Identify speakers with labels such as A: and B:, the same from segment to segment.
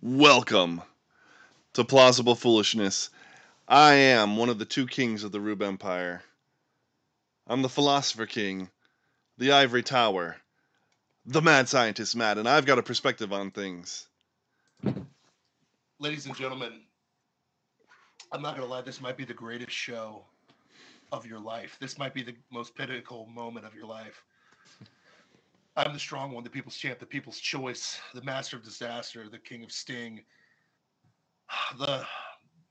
A: Welcome to Plausible Foolishness. I am one of the two kings of the Rube Empire. I'm the Philosopher King, the Ivory Tower, the Mad Scientist Matt, and I've got a perspective on things.
B: ladies and gentlemen, I'm not gonna lie, this might be the greatest show of your life. This might be the most pinnacle moment of your life. I'm the strong one, the people's champ, the people's choice, the master of disaster, the king of sting, the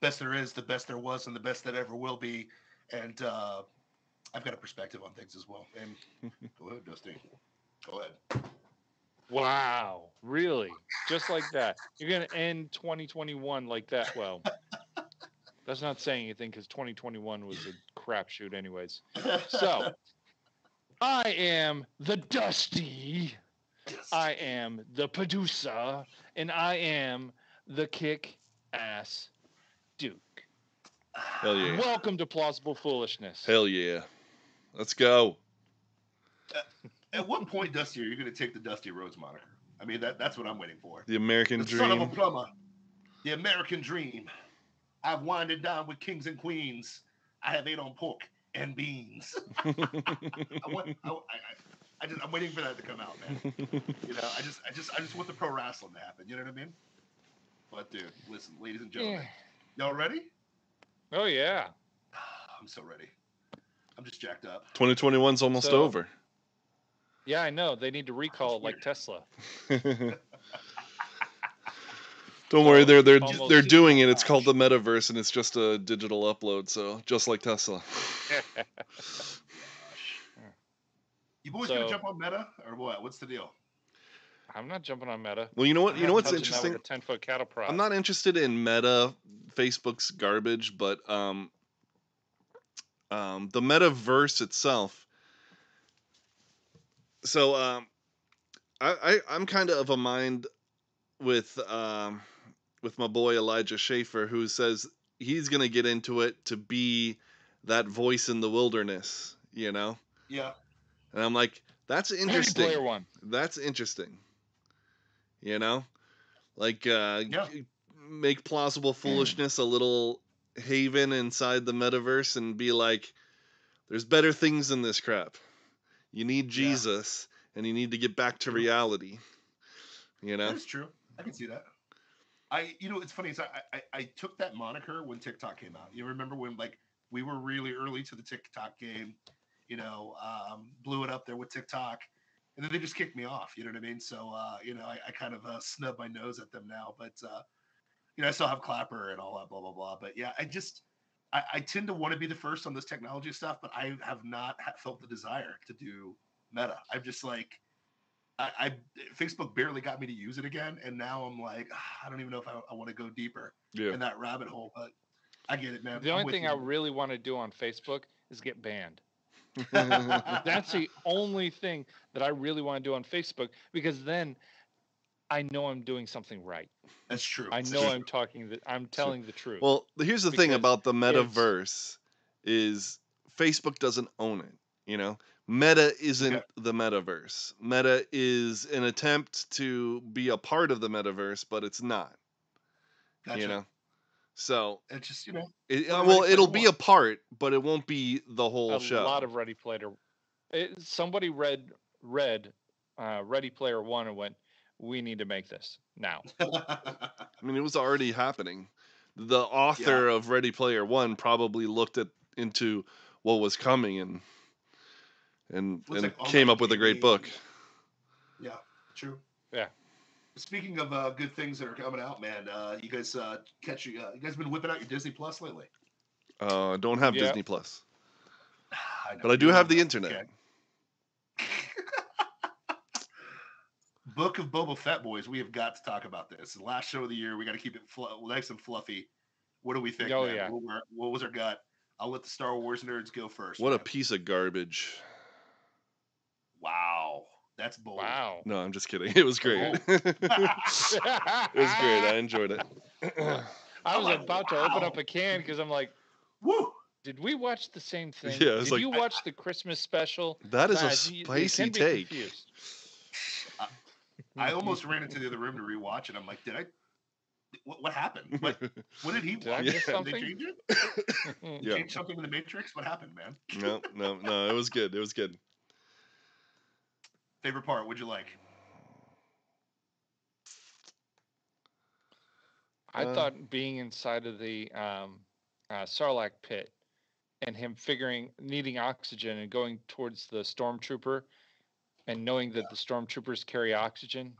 B: best there is, the best there was, and the best that ever will be. And uh, I've got a perspective on things as well. And go ahead, Dusty. Go ahead.
C: Wow, really? Just like that. You're going to end 2021 like that. Well, that's not saying anything because 2021 was a crapshoot, anyways. So, I am the Dusty, I am the Padusa, and I am the kick ass Duke.
A: Hell yeah.
C: Welcome to Plausible Foolishness.
A: Hell yeah. Let's go.
B: At what point, Dusty, are you going to take the Dusty Rhodes moniker? I mean, that, that's what I'm waiting for.
A: The American
B: The son of a
A: Dream.
B: plumber, the American dream. I've winded down with kings and queens. I have ate on pork and beans. I want, I, I, I just, I'm waiting for that to come out, man. You know, I just, I just, I just want the pro wrestling to happen. You know what I mean? But dude, listen, ladies and gentlemen,
C: Yeah.
B: y'all ready?
C: Oh, yeah.
B: I'm so ready. I'm just jacked up.
A: 2021's almost
C: So-
A: over.
C: Yeah, I know. They need to recall it like Tesla.
A: Don't worry, they're they're
C: Almost
A: they're
C: to
A: doing
C: the
A: it. It's called
C: touch.
A: the metaverse, and it's just a digital upload. So just like Tesla,
B: You boys
C: So-
B: gonna jump on Meta or what? What's the deal?
C: I'm not jumping on Meta.
A: well, you know what?
C: I'm
A: You know
C: not
A: what's
C: touching that
A: interesting?
C: With a ten foot cattle prod.
A: I'm not interested in Meta, Facebook's garbage, but um, um, the metaverse itself. So um, I, I I'm kind of of a mind with um with my boy Elijah Schaefer, who says he's gonna get into it to be that voice in the wilderness, you know.
B: Yeah.
A: And I'm like, that's
C: Ready,
A: interesting
C: Player one.
A: that's interesting you know like uh
B: Yeah. Mm.
A: g- make plausible foolishness a little haven inside the metaverse and be like there's better things than this crap you need
B: Yeah. Mm.
A: jesus and you need to get back to reality you know
B: That's true. I can see that. I, you know, it's funny. Is I, I, I took that moniker when TikTok came out. You remember when like we were really early to the TikTok game, you know, um, blew it up there with TikTok, and then they just kicked me off. You know what I mean? So, uh, you know, I, I kind of uh, snub my nose at them now, but uh, you know, I still have Clapper and all that, blah blah blah. But yeah, I just, I, I tend to want to be the first on this technology stuff, but I have not ha- felt the desire to do Meta. I'm just like, I, I Facebook barely got me to use it again, and now I'm like, "Ah, I don't even know if I, I want to go deeper
A: yeah
B: in that rabbit hole. But I get it, man.
C: The
B: I'm
C: only
B: with
C: thing
B: you.
C: I really want to do on Facebook is get banned. That's the only thing that I really want to do on Facebook because then I know I'm doing something right.
B: That's true.
C: I
B: That's
C: know
B: true.
C: I'm talking the I'm telling the truth.
A: well here's the thing
C: Because
A: about the
C: it's-
A: metaverse is facebook doesn't own it you know meta isn't
B: Okay.
A: the metaverse meta is an attempt to be a part of the metaverse but it's not
B: Gotcha.
A: you know so
B: it's just you know,
A: it,
B: Well,
A: uh,
B: Ready
A: well
B: Player
A: it'll be
B: One.
A: a part but it won't be the whole
C: a
A: show
C: lot of Ready Player. It, somebody read read uh, Ready Player One and went, "We need to make this now."
A: i mean it was already happening the author of ready player one probably looked at into what was coming and and,
B: Well, it's
A: and
B: like
A: came
B: online
A: up with a great
B: gaming.
A: book
B: yeah, true.
C: Yeah.
B: Speaking of uh, good things that are coming out, man, uh, you guys uh, catch you, uh, you guys been whipping out your Disney Plus lately?
A: uh, I don't have
C: Yeah.
A: disney plus
B: I know,
A: but i do
B: you
A: have
B: know
A: the
B: that.
A: internet
B: Okay. Book of Boba Fett boys, we have got to talk about this. The last show of the year, we got to keep it fl- nice and fluffy. What do we think?
C: Oh,
B: man?
C: yeah.
B: What, were- what was our gut? I'll let the Star Wars nerds go first.
A: what a
B: man.
A: piece of garbage
B: wow, that's bold.
C: Wow.
A: no i'm just kidding it was great
C: Oh.
A: it
B: I
A: was great i enjoyed it
C: I was
B: like,
C: about to open
B: wow.
C: up a can because I'm like,
B: Woo!
C: did we watch the same thing?
A: Yeah, I was
C: did
A: like-
C: you watch the Christmas special?
A: that is a
C: Guys, you- you
A: spicy
C: can be
A: take
C: confused.
B: I almost ran into the other room to rewatch it. I'm like, did I What, what happened? What, what did he
C: Did I
B: want?
A: miss
B: Did they
C: something?
B: change it?
A: Yeah.
B: Change something in the Matrix? What happened, man?
A: no, no, no. It was good. It was good.
B: Favorite part? Would you like?
C: I
A: Uh,
C: thought being inside of the um, uh, Sarlacc pit and him figuring needing oxygen and going towards the stormtrooper and knowing that the stormtroopers carry oxygen.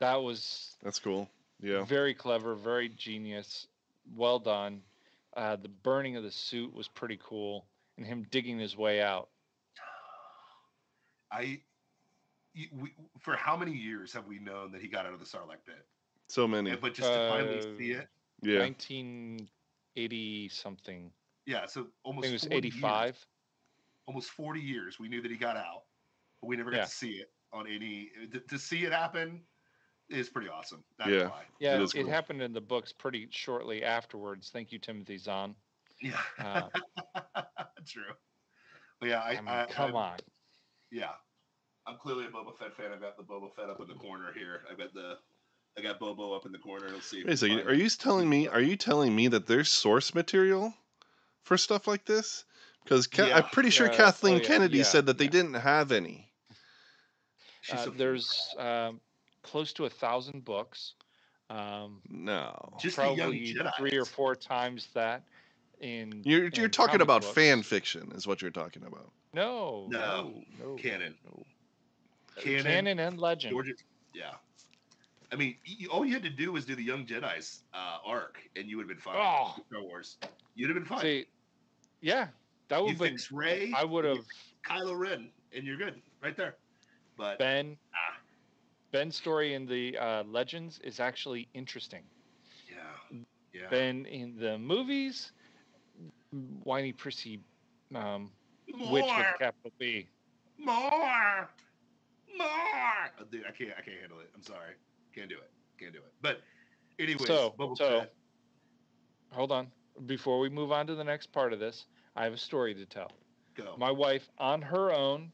C: That was
A: That's cool. Yeah.
C: very clever, very genius, well done. Uh, the burning of the suit was pretty cool, and him digging his way out.
B: I. y- We, for how many years have we known that he got out of the Sarlacc pit?
A: So many.
B: But just to finally see
C: Uh,
B: it,
A: Yeah.
C: 1980 something.
B: yeah. So
C: I
B: almost
C: think it was
B: 40 years-
C: 85.
B: almost 40 years we knew that he got out but we never got
C: Yeah.
B: to see it on any to, to see it happen is pretty awesome not gonna
A: Yeah.
B: lie.
C: Yeah,
A: is
C: it,
A: cool.
C: happened in the books pretty shortly afterwards. Thank you, Timothy Zahn.
B: yeah
C: Uh,
B: true but yeah i,
C: I mean, come
B: am
C: on.
B: yeah i'm clearly a boba fett fan i've got the boba fett up in the corner here i've got the i got bobo up in the corner let's see if
A: Wait a
B: we
A: second.
B: find
A: Are
B: it.
A: you telling me? Are you telling me that there's source material for stuff like this? Because
B: Yeah.
A: I'm pretty sure
C: Yeah. Oh,
A: Kathleen
C: yeah.
A: Kennedy
C: Yeah.
A: said that they
C: Yeah.
A: didn't have any.
B: She's
C: Uh,
B: so-
C: there's um, close to a thousand books, um,
A: No.
B: Just the young
C: probably
B: Jedis.
C: three or four times that. In
A: You're you're
C: in
A: talking
C: comic
A: about
C: books.
A: fan fiction, is what you're talking about.
C: No,
B: No,
C: no, no.
B: canon
C: no. Uh,
B: Canon,
C: canon and legend.
B: Georgia, yeah I mean, you, all you had to do was do the Young Jedi's uh, arc, and you would have been fine.
C: Oh.
B: with Star Wars, you'd have been fine.
C: See, yeah, that would
B: you
C: have been.
B: fix Ray,
C: I would have
B: Kylo Ren, and you're good right there. But
C: Ben.
B: Ah.
C: Ben's story in the uh, Legends is actually interesting.
B: yeah, yeah,
C: Then in the movies, whiny prissy um,
B: more,
C: witch with a capital B.
B: more, more. Oh, dude, I can't, I can't handle it. I'm sorry, can't do it, can't do it. But anyways,
C: So-
B: Boba
C: so-
B: Fett.
C: Hold on. Before we move on to the next part of this, I have a story to tell.
B: go.
C: My wife, on her own,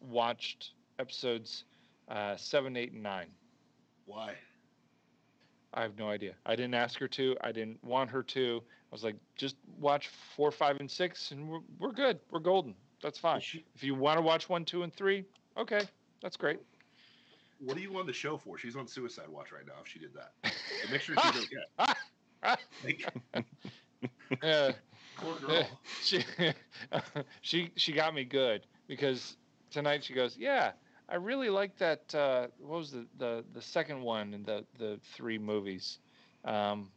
C: watched episodes uh, seven, eight, and nine.
B: Why?
C: I have no idea. I didn't ask her to. I didn't want her to. I was like, just watch four, five, and six, and we're, we're good. We're golden. That's fine.
B: She-
C: If you want to watch one, two, and three, okay, that's great.
B: What are you on the show for? She's on suicide watch right now. If she did that, and make sure
C: Ah!
B: she's okay. like,
C: Yeah.
B: poor girl.
C: Uh, she she she got me good because tonight she goes, yeah, I really like that. Uh, what was the, the the second one in the the three movies? Um,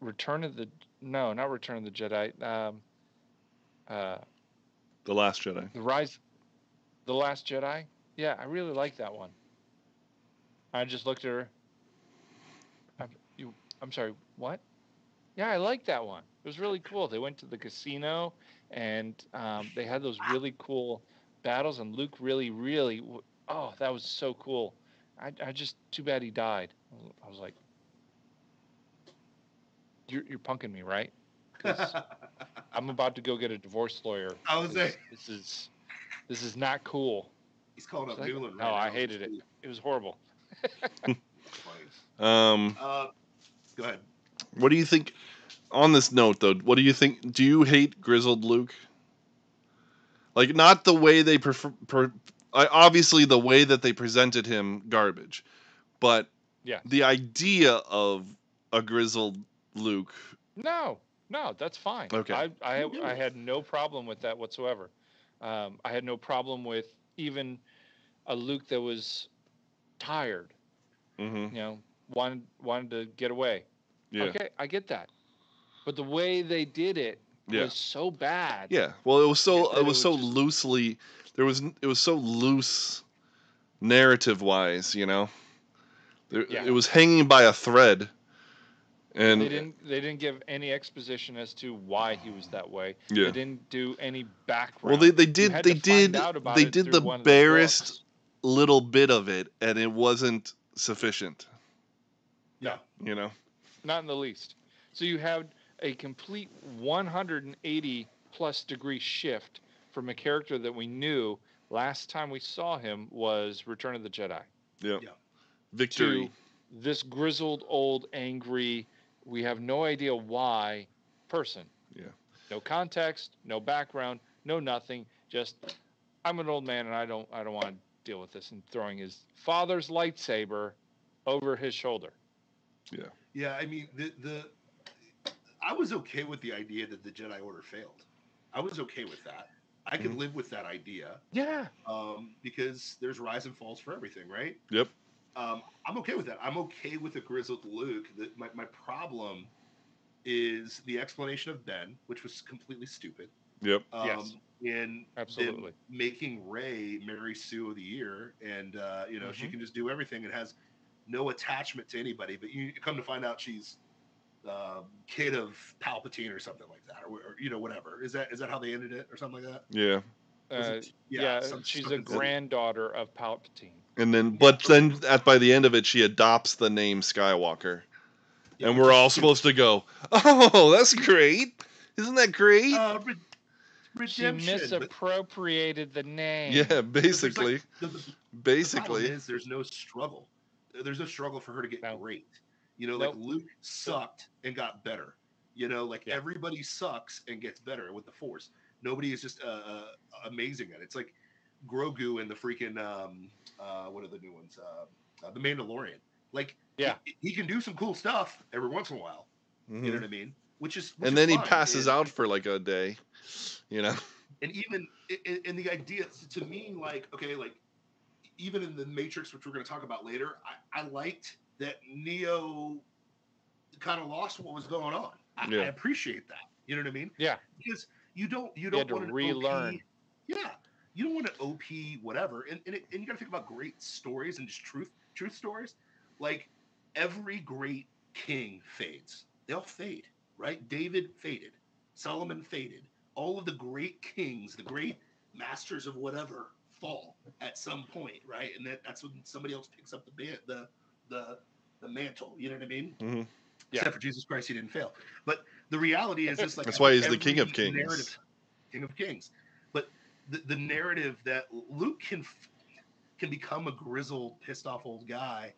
C: Return of the no, not Return of the Jedi. Um, uh,
A: The Last Jedi.
C: the Rise, the Last Jedi. Yeah, I really like that one. I just looked at her. I'm, you, I'm sorry, what? Yeah, I like that one. It was really cool. They went to the casino, and um, they had those really cool battles. And Luke really, really, w- oh, that was so cool. I, I just too bad he died. I was- I was like, you're, you're punking me, right? 'Cause I'm about to go get a divorce lawyer.
B: I was
C: This
B: like-
C: this is this is not cool.
B: He's called up
C: Second-
B: Newland.
C: no, I hated it. It was horrible.
A: Um,
B: Uh, go ahead.
A: what do you think? On this note, though, what do you think? Do you hate grizzled Luke? Like, not the way they prefer. Per, I- obviously, the way that they presented him, garbage. But
C: Yeah.
A: the idea of a grizzled Luke,
C: No, no, that's fine.
A: Okay.
C: I I,
B: You do
C: I
B: it.
C: had no problem with that whatsoever. Um, I had no problem with even a Luke that was tired.
A: mm-hmm.
C: You know, wanted wanted to get away.
A: yeah,
C: Okay, I get that. But the way they did it
A: yeah,
C: was so bad.
A: yeah. Well, it was so
C: Yeah,
A: it
C: it
A: was
C: was
A: so
C: just-
A: loosely. There was n- it was so loose, narrative wise. You know, there,
C: Yeah.
A: it was hanging by a thread. And
C: they didn't they didn't give any exposition as to why he was that way.
A: yeah.
C: They didn't do any background.
A: Well, they, they
C: You
A: did
C: had
A: they
C: to find
A: did
C: out about
A: they
C: it
A: did
C: through
A: the
C: one of
A: barest
C: books.
A: little bit of it, and it wasn't sufficient.
B: Yeah.
A: You know.
C: not in the least. So you had a complete 180 plus degree shift from a character that we knew last time we saw him was Return of the Jedi
A: Yeah.
B: Yeah.
A: Victory.
C: to this grizzled, old, angry, we have no idea why person.
A: Yeah.
C: No context, no background, no nothing. Just I'm an old man and I don't I don't want to deal with this. And throwing his father's lightsaber over his shoulder.
B: Yeah, I mean the the I was okay with the idea that the Jedi Order failed. I was okay with that. I could
C: Mm-hmm.
A: Mhm.
B: live with that idea
C: Yeah.
B: um, because there's rise and falls for everything, right?
A: Yep.
B: Um, I'm okay with that. I'm okay with a grizzled Luke. The, my my problem is the explanation of Ben, which was completely stupid.
A: Yep.
B: Um,
C: Yes.
B: And
C: Absolutely.
B: making Ray Mary Sue of the year, and uh, you know she
C: Mhm.
B: can just do everything and has no attachment to anybody. But you come to find out she's uh, kid of Palpatine or something like that, or, or you know whatever. Is that is that how they ended it or something like that?
A: Yeah.
B: Was
C: Uh,
B: it-
C: yeah,
B: some-
C: she's a
B: something silly.
C: granddaughter of Palpatine.
A: And then, but then at by the end of it, she adopts the name Skywalker,
B: Yeah,
A: and
B: which
A: we're all
B: is-
A: supposed to go, "Oh, that's great! Isn't that great?"
C: Oh,
B: uh, re-
C: She
B: redemption. but
C: misappropriated the name.
A: yeah,
B: there's like-
A: basically,
B: the- the- The problem
A: basically.
B: is there's no struggle. There's no struggle for her to get
C: No.
B: great. You know, like Luke sucked and got better. You know, like
C: Yeah.
B: everybody sucks and gets better with the Force. Nobody is just uh, uh, amazing at it. It's like Grogu and the freaking um, uh, what are the new ones? Uh, uh, the Mandalorian. Like,
C: Yeah.
B: he, he can do some cool stuff every once in a while. You know
A: Mhm.
B: what I mean? Which is, which
A: And
B: is
A: then he
B: fine,
A: passes
B: and-
A: out for like a day, you know.
B: and even and, and the idea to me like okay like even in the matrix which we're going to talk about later i, I liked that neo kind of lost what was going on I,
A: Yeah.
B: I appreciate that you know what i mean
C: Yeah.
B: because you don't you
C: He
B: don't
C: had to
B: want an
C: relearn.
B: OP, yeah you don't want an op whatever and and, it, and you got to think about great stories and just truth truth stories like every great king fades they all fade right david faded solomon faded all of the great kings, the great masters of whatever, fall at some point, right? And that, that's when somebody else picks up the ban- the the the mantle. You know what I mean?
A: Mhm.
C: Yeah.
B: Except for Jesus Christ, he didn't fail. But the reality is, just like
A: That's why he's the king
B: every
A: of kings.
B: narrative- king of kings. But the, the narrative that Luke can f- can become a grizzled, pissed off old guy,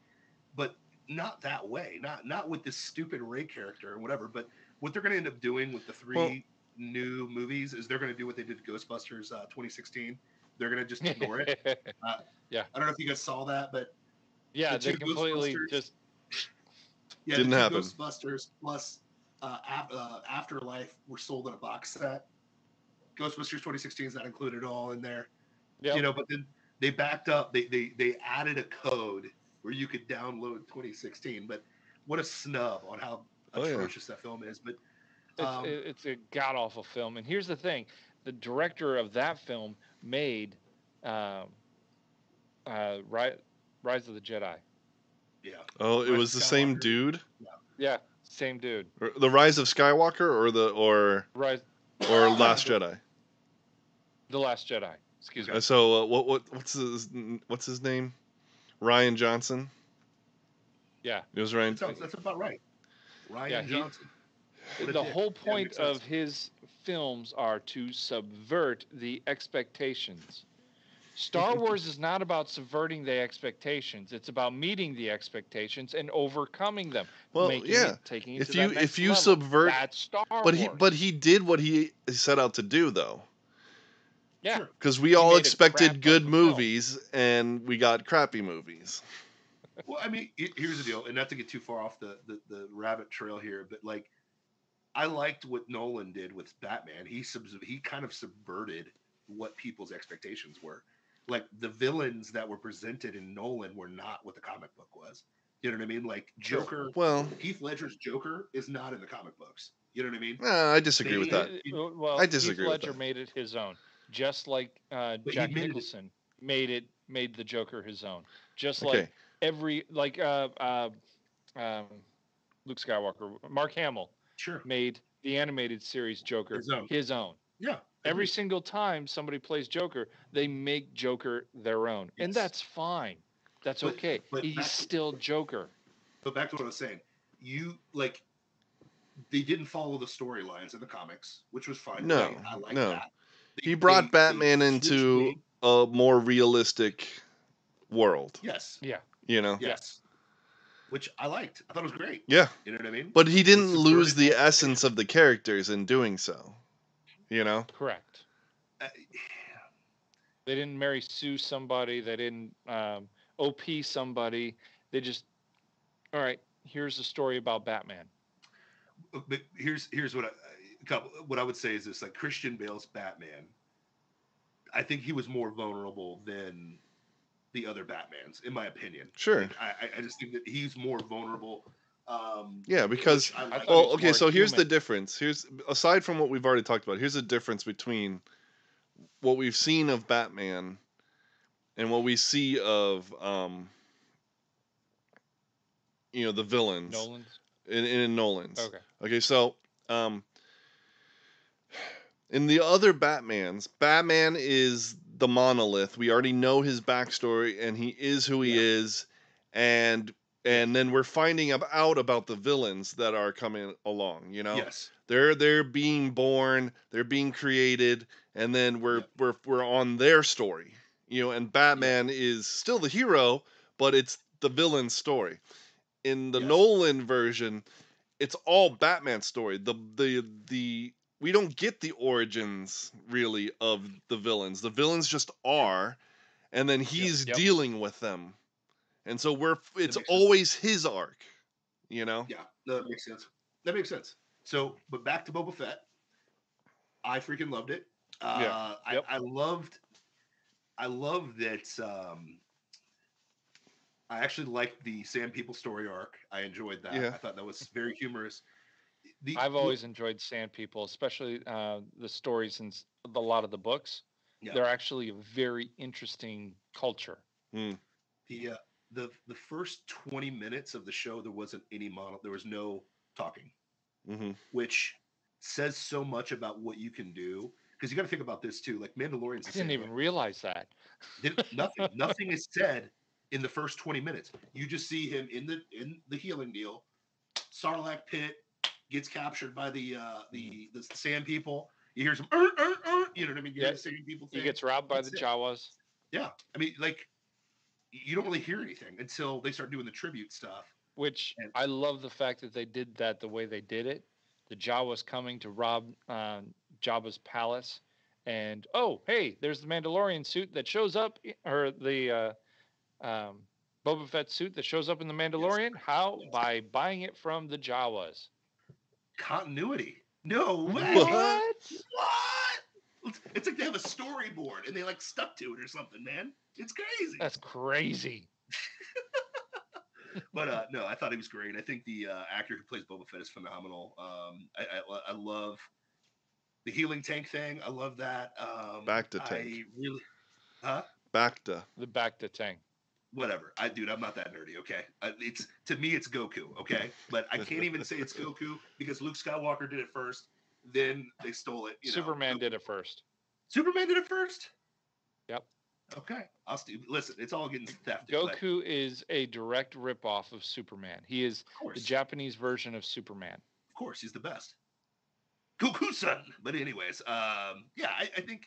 B: but not that way. Not not with this stupid Ray character or whatever. But what they're going to end up doing with the three
A: Well-
B: new movies is they're going to do what they did to Ghostbusters uh, 2016. They're going to just ignore it. I don't know if you guys saw that, but
C: yeah,
B: The
C: they
B: two
C: completely
B: Ghostbusters.
C: just
B: yeah,
A: Didn't
B: the two
A: happen.
B: Ghostbusters plus uh, af- uh, Afterlife were sold in a box set. Ghostbusters 2016 is not included at all in there.
C: yeah.
B: you know but then they backed up they, they they added a code where you could download 2016 but what a snub on how
A: Oh, yeah.
B: atrocious that film is but
C: It's,
B: Um,
C: it- it's a god awful film. And here's the thing: the director of that film made um, uh, Rise, Rise of the Jedi.
B: yeah
A: Oh, it
B: Rise
A: was
B: of
A: the same dude,
B: Skywalker.
C: Yeah, same dude.
A: Or the Rise of Skywalker, or the or
C: Rise,
A: or Last Jedi.
C: the Last Jedi. Excuse me.
A: Uh, So uh, what what what's his what's his name? Ryan Johnson.
C: Yeah.
A: It was Ryan.
B: that sounds, that's about right ryan
C: Yeah, he-
B: johnson What a
C: the
B: dick.
C: whole
B: Yeah,
C: point
B: makes sense.
C: of his films are to subvert the expectations. Star Wars is not about subverting the expectations; it's about meeting the expectations and overcoming them.
A: Well,
C: making
A: yeah.
C: it, taking it
A: If
C: to that
A: you
C: next
A: if you
C: level.
A: subvert,
C: That's Star
A: but he
C: Wars.
A: but he did what he set out to do though,
C: yeah,
B: Sure.
A: because we
C: He
A: all
C: made a
A: expected
C: crap
A: good
C: fucking film.
A: movies and we got crappy movies.
B: well i mean he- here's the deal and not to get too far off the, the the rabbit trail here but like i liked what nolan did with batman he subs he kind of subverted what people's expectations were like the villains that were presented in nolan were not what the comic book was you know what i mean like
C: Sure.
B: joker
A: Well,
B: Heath Ledger's Joker is not in the comic books. You know what I mean?
A: nah, I disagree with that.
C: Uh, uh, Well,
A: I disagree
C: Heath
A: with
C: Ledger
A: that.
C: made it his own, just like uh,
B: he
C: Jack
B: made it-
C: Nicholson made it made the Joker his own, just like
A: Okay,
C: every like uh, uh, um, Luke Skywalker, Mark Hamill
B: Sure.
C: made the animated series Joker
B: His own. Yeah.
C: Every
B: agreed.
C: single time somebody plays Joker, they make Joker their own, and
B: Yes.
C: that's fine. That's
B: But-
C: okay.
B: but
C: He's
B: back-
C: still Joker.
B: But back to what I was saying. You like they didn't follow the storylines in the comics, which was fine.
A: No,
B: I, I like
A: no.
B: that.
A: He brought Batman
B: switched
A: into-
B: things.
A: a more realistic world.
B: Yes.
A: You know,
B: Yes. which I liked. I thought it was great.
A: Yeah.
B: You know what I mean?
A: But he didn't
B: Subverted
A: lose the
B: the
A: essence of the characters in doing so. You know?
C: Correct.
B: Uh,
C: They didn't marry sue somebody. They didn't um, op somebody. They just all right. Here's a story about Batman.
B: but here's here's what I, a couple what I would say is this like Christian Bale's Batman. I think he was more vulnerable than the other Batmans, in my opinion.
A: Sure.
B: I, I- I just think that he's more vulnerable. Um,
A: Yeah, because
B: I
C: I
B: like-
C: thought he
A: well,
C: was
A: okay,
C: more
A: so here's the
C: human.
A: difference. Here's aside from what we've already talked about, here's the difference between what we've seen of Batman and what we see of um you know, the villains
C: Nolan's.
A: in, in Nolan's.
C: Okay.
A: Okay, so um in the other Batmans, Batman is the monolith. We already know his backstory and he is who he
B: Yeah.
A: is and and then we're finding ab- out about the villains that are coming along, you know?
B: yes,
A: They're they're being born, they're being created, and then we're
B: Yep.
A: we're we're on their story. You know, and Batman is still the hero, but it's the villain's story. In the
B: Yes.
A: Nolan version, it's all Batman's story. The the the we don't get the origins really of the villains. The villains just are, and then he's
C: Yep.
A: dealing with them. And so we're it's
B: makes sense.
A: always his arc, you know?
B: yeah, no, that makes sense. That makes sense. So, but back to Boba Fett. I freaking loved it. Uh,
C: Yeah, yep.
B: I, I loved, I love that. Um, I actually liked the Sam People story arc. I enjoyed that.
A: Yeah.
B: I thought that was very humorous. The,
C: I've always enjoyed Sand People, especially uh, the stories in s- the, a lot of the books.
B: Yeah.
C: They're actually a very interesting culture.
B: the uh, the the first twenty minutes of the show there wasn't any model. There was no talking.
A: Mm-hmm.
B: which says so much about what you can do. Because you got to think about this too. Like Mandalorian's,
C: I
B: the
C: didn't
B: same
C: even
B: way.
C: realize that.
B: Didn't- nothing. nothing is said in the first twenty minutes. You just see him in the in the healing deal. Sarlacc pit gets captured by the uh,
C: Mm-hmm.
B: the the sand people. You hear some, "Er, er, er," you know what I mean? You hear
C: Yeah,
B: the sand people.
C: He
B: thing.
C: gets robbed by
B: That's
C: the
B: it.
C: Jawas.
B: yeah. I mean, like you don't really hear anything until they start doing the tribute stuff.
C: which
B: And-
C: I love the fact that they did that the way they did it. The Jawas coming to rob uh, Jabba's palace, and oh hey, there's the Mandalorian suit that shows up, i- or the uh, um, Boba Fett suit that shows up in the Mandalorian. How
B: Yes.
C: by buying it from the Jawas?
B: Continuity. No
C: Mm-hmm.
B: way.
A: What?
B: What? It's- It's like they have a storyboard and they like stuck to it or something, man. It's crazy.
C: That's crazy.
B: But uh, no, I thought he was great. I think the uh, actor who plays Boba Fett is phenomenal. Um, I, I, lo- I love the healing tank thing. I love that. Um,
A: Back to
B: I
A: tank.
B: really,
A: Back to
C: The back to Tang.
B: whatever. I dude, I'm not that nerdy. Okay, uh, it's to me, it's Goku. Okay, but I can't even say it's Goku because Luke Skywalker did it first. Then they stole it. You know.
C: Superman did it first.
B: Superman did it first.
C: Yep.
B: Okay. I'll st- listen. It's all getting theft. but-
C: Goku is a direct ripoff of Superman. He is
B: Of course.
C: the Japanese version of Superman.
B: of course, he's the best. Goku son. But anyways, um, yeah, I, I think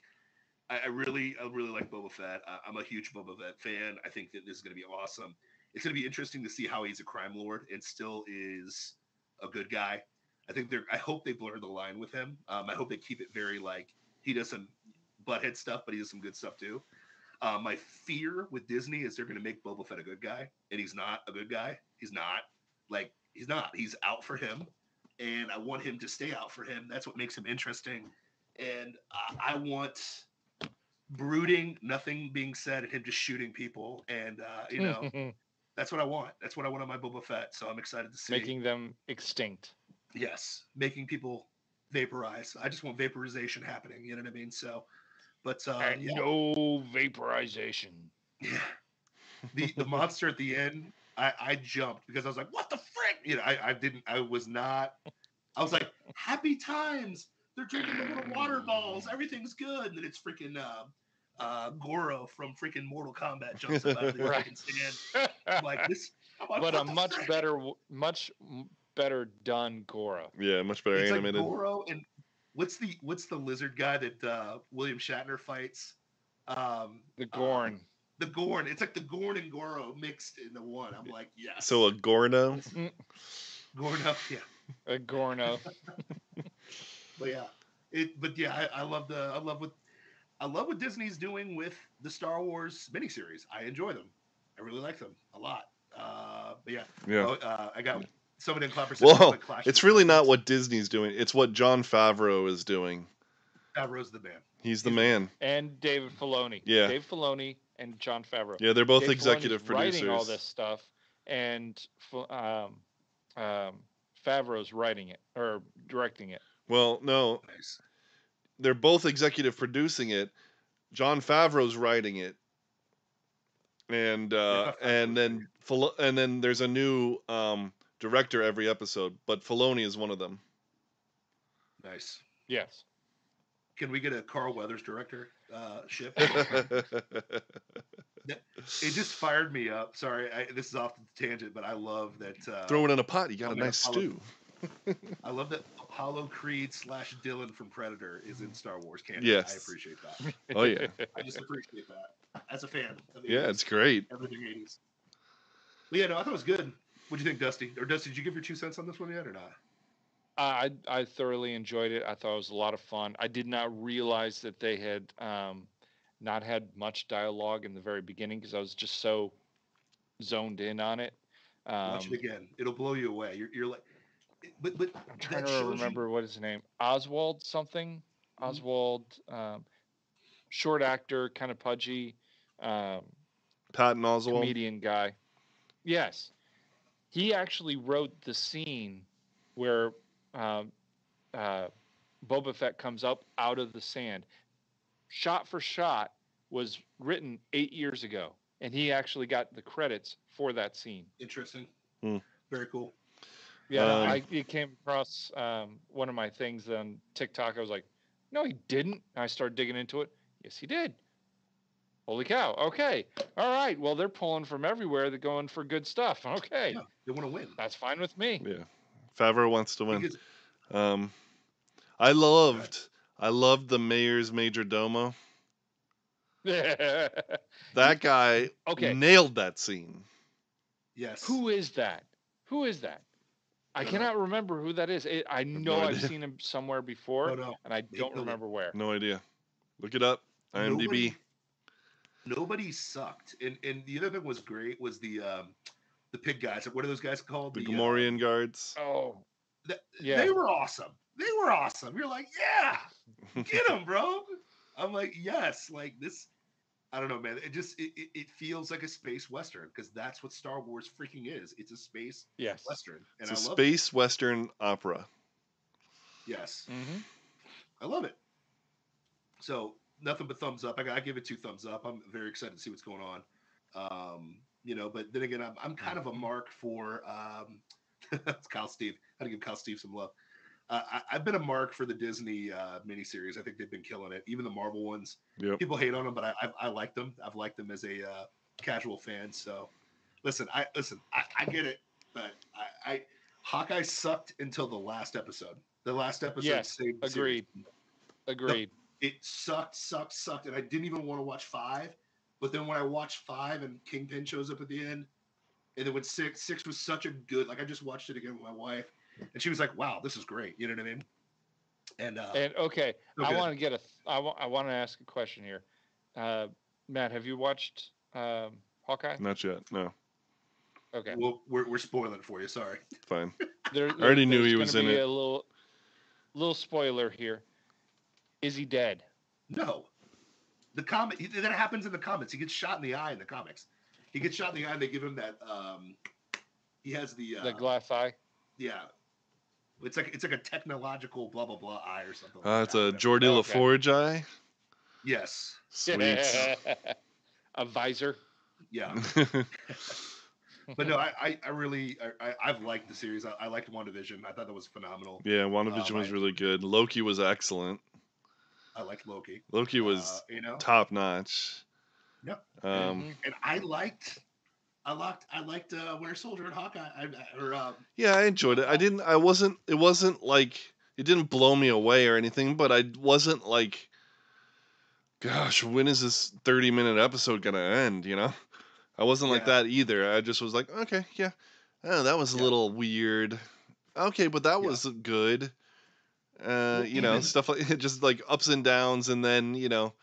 B: I, I really, I really like Boba Fett. I, I'm a huge Boba Fett fan. I think that this is going to be awesome. It's going to be interesting to see how he's a crime lord and still is a good guy. I think they're. I hope they blur the line with him. Um, I hope they keep it very like he does some butthead stuff, but he does some good stuff too. Uh, my fear with Disney is they're going to make Boba Fett a good guy, and he's not a good guy. He's not. Like he's not. He's out for him and I want him to stay out for him. That's what makes him interesting. And I, I want brooding, nothing being said, and him just shooting people. And uh, you know, that's what I want. That's what I want on my Boba Fett. So I'm excited to see.
C: making them extinct.
B: yes, making people vaporize. I just want vaporization happening. You know what I mean? So, but uh,
C: And
B: yeah.
C: no vaporization.
B: Yeah. The the monster at the end, I, I jumped because I was like, what the frick? You know, I, I didn't I was not I was like, happy times. They're drinking the little water balls, everything's good. And then it's freaking uh uh Goro from freaking Mortal Kombat jumps up out of the
C: Right.
B: freaking stand. I'm like this I'm like,
C: but a
B: "What the
C: much
B: frick?"
C: better, w- much m- better done Goro.
A: yeah, much better
B: it's like
A: animated.
B: Goro and what's the what's the lizard guy that uh William Shatner fights? Um
C: The
B: uh,
C: Gorn.
B: the Gorn. It's like the Gorn and Goro mixed into one. I'm like, yes.
A: So uh, a Gordo.
B: Gordo, yeah.
C: A Gorno.
B: But yeah, it. But yeah, I, I love the. I love what. I love what Disney's doing with the Star Wars miniseries. I enjoy them. I really like them a lot. Uh, but yeah,
A: Yeah.
B: oh, uh, I got somebody in Clapper.
A: Whoa, It's really not what Disney's doing. It's what John Favreau is doing.
B: Favreau's the man.
A: He's the man.
C: and David Filoni.
A: Yeah.
C: Dave Filoni and John Favreau.
A: Yeah, they're both
C: Dave
A: executive
C: Filoni's
A: producers.
C: Writing all this stuff, and F- um, um, Favreau's writing it or directing it.
A: Well, no,
B: Nice.
A: they're both executive producing it. John Favreau's writing it, and uh,
B: Yeah, Favreau's
A: and then Fil- and then there's a new um, director every episode, but Filoni is one of them.
B: Nice.
C: Yes.
B: Can we get a Carl Weathers director uh, ship? it just fired me up. Sorry, I, this is off the tangent, but I love that. Uh,
A: Throw it in a pot, you got a
B: I'm gonna
A: nice
B: follow-
A: stew.
B: I love that Apollo Creed slash Dylan from Predator is in Star Wars canon. I
A: Yes.
B: appreciate that.
A: Oh yeah,
B: I just appreciate that as a fan. Of the
A: yeah,
B: 80s,
A: it's great.
B: everything eighties. But yeah, no, I thought it was good. What'd you think, Dusty? Or Dusty, did you give your two cents on this one yet or not?
C: I I thoroughly enjoyed it. I thought it was a lot of fun. I did not realize that they had um, not had much dialogue in the very beginning because I was just so zoned in on it. Um,
B: Watch it again. It'll blow you away. You're, you're like, but but
C: I'm trying
B: that
C: to
B: shows you-
C: remember what his name. Oswald something.
B: Mhm.
C: Oswald, um, short actor, kind of pudgy. Um,
A: Patton Oswalt.
C: comedian guy. Yes, he actually wrote the scene where um, uh, Boba Fett comes up out of the sand. Shot for shot was written eight years ago, and he actually got the credits for that scene.
B: interesting.
A: Hmm.
B: Very cool.
C: Yeah,
A: Um,
C: I, it came across um, one of my things on TikTok. I was like, no, he didn't. And I started digging into it. Yes, he did. Holy cow. Okay. All right. Well, they're pulling from everywhere. They're going for good stuff. Okay.
B: Yeah, they want to win.
C: That's fine with me.
A: Yeah, Favreau wants to win.
B: Because-
A: Um, I loved, I loved the mayor's major domo.
C: okay.
A: That guy nailed that scene.
B: yes.
C: Who is that? Who is that? I
B: Uh,
C: cannot remember who that is. It, I know
A: no
C: I've
A: idea.
C: seen him somewhere before,
B: No, no.
C: and I don't
B: no.
C: remember where.
A: No idea. Look it up. IMDb.
B: Nobody- Nobody sucked. And and the other thing was great was the um the pig guys. What are those guys called?
A: the
B: uh,
A: Gamorrean guards.
C: Oh.
B: Th-
C: yeah.
B: They were awesome. They were awesome. You're like, yeah, get them, bro. I'm like, yes, like this. I don't know, man. It just it, it, it feels like a space western because that's what Star Wars freaking is. It's a space
C: yes.
B: western,
A: it's
B: and
A: a
B: I love
A: space western opera.
B: it. Yes,
C: Mm-hmm.
B: I love it. So nothing but thumbs up. I, got- I give it two thumbs up. I'm very excited to see what's going on. Um, you know, but then again, I'm, I'm kind of a mark for um, it's Kyle Steve. I had to give Kyle Steve some love. Uh, I, I've been a mark for the Disney uh, miniseries. I think they've been killing it. Even the Marvel ones.
A: Yep.
B: People hate on them, but I, I, I like them. I've liked them as a uh, casual fan. So listen, I listen. I, I get it, but I, I Hawkeye sucked until the last episode. The last episode
C: Yes,
B: saved the series
C: Agreed. Agreed.
B: it sucked, sucked, sucked, and I didn't even want to watch five. But then when I watched five and Kingpin shows up at the end, and then when six, six was such a good like I just watched it again with my wife, and she was like, "Wow, this is great." You know what I mean? And uh,
C: And okay,
B: so
C: I
B: good.
C: want to get a. th- I want. I want to ask a question here. Uh, Matt, have you watched um, Hawkeye?
A: Not yet. No.
C: Okay.
B: well, we're we're spoiling it for you. Sorry.
A: Fine.
C: There, I
A: already knew he was in it.
C: A little, little spoiler here. Is he dead?
B: No, the comic he- that happens in the comics. He gets shot in the eye in the comics. He gets shot in the eye, and they give him that. um He has the uh,
C: The glass eye.
B: yeah. It's like it's like a technological blah blah blah eye or something.
A: Uh,
B: like
A: it's
B: that,
A: a
B: whatever.
A: Jordi
C: Okay.
A: LaForge eye.
B: Yes.
A: Sweet.
C: a visor.
B: Yeah. but no, I, I, I really, I, I- I've liked the series. I, I liked WandaVision. I thought that was phenomenal.
A: yeah, WandaVision
B: Um,
A: was
B: I-
A: really good. Loki was excellent.
B: I liked Loki.
A: Loki
B: uh,
A: was
B: you know,
A: top notch.
B: Yep. Mm-hmm.
A: Um,
C: Mhm.
B: and I liked, I liked, I liked uh, Winter Soldier and Hawkeye. I, I- or uh,
A: Yeah, I enjoyed it. I didn't. I wasn't. It wasn't like it didn't blow me away or anything, but I wasn't like gosh, when is this 30 minute episode going to end? You know, I wasn't like
B: Yeah.
A: that either. I just was like, okay, yeah. Oh, that was a
B: Yeah.
A: little weird. Okay, but that
B: Yeah.
A: was good. Uh,
B: Well,
A: you know,
B: even-
A: stuff like just like ups and downs, and then you know,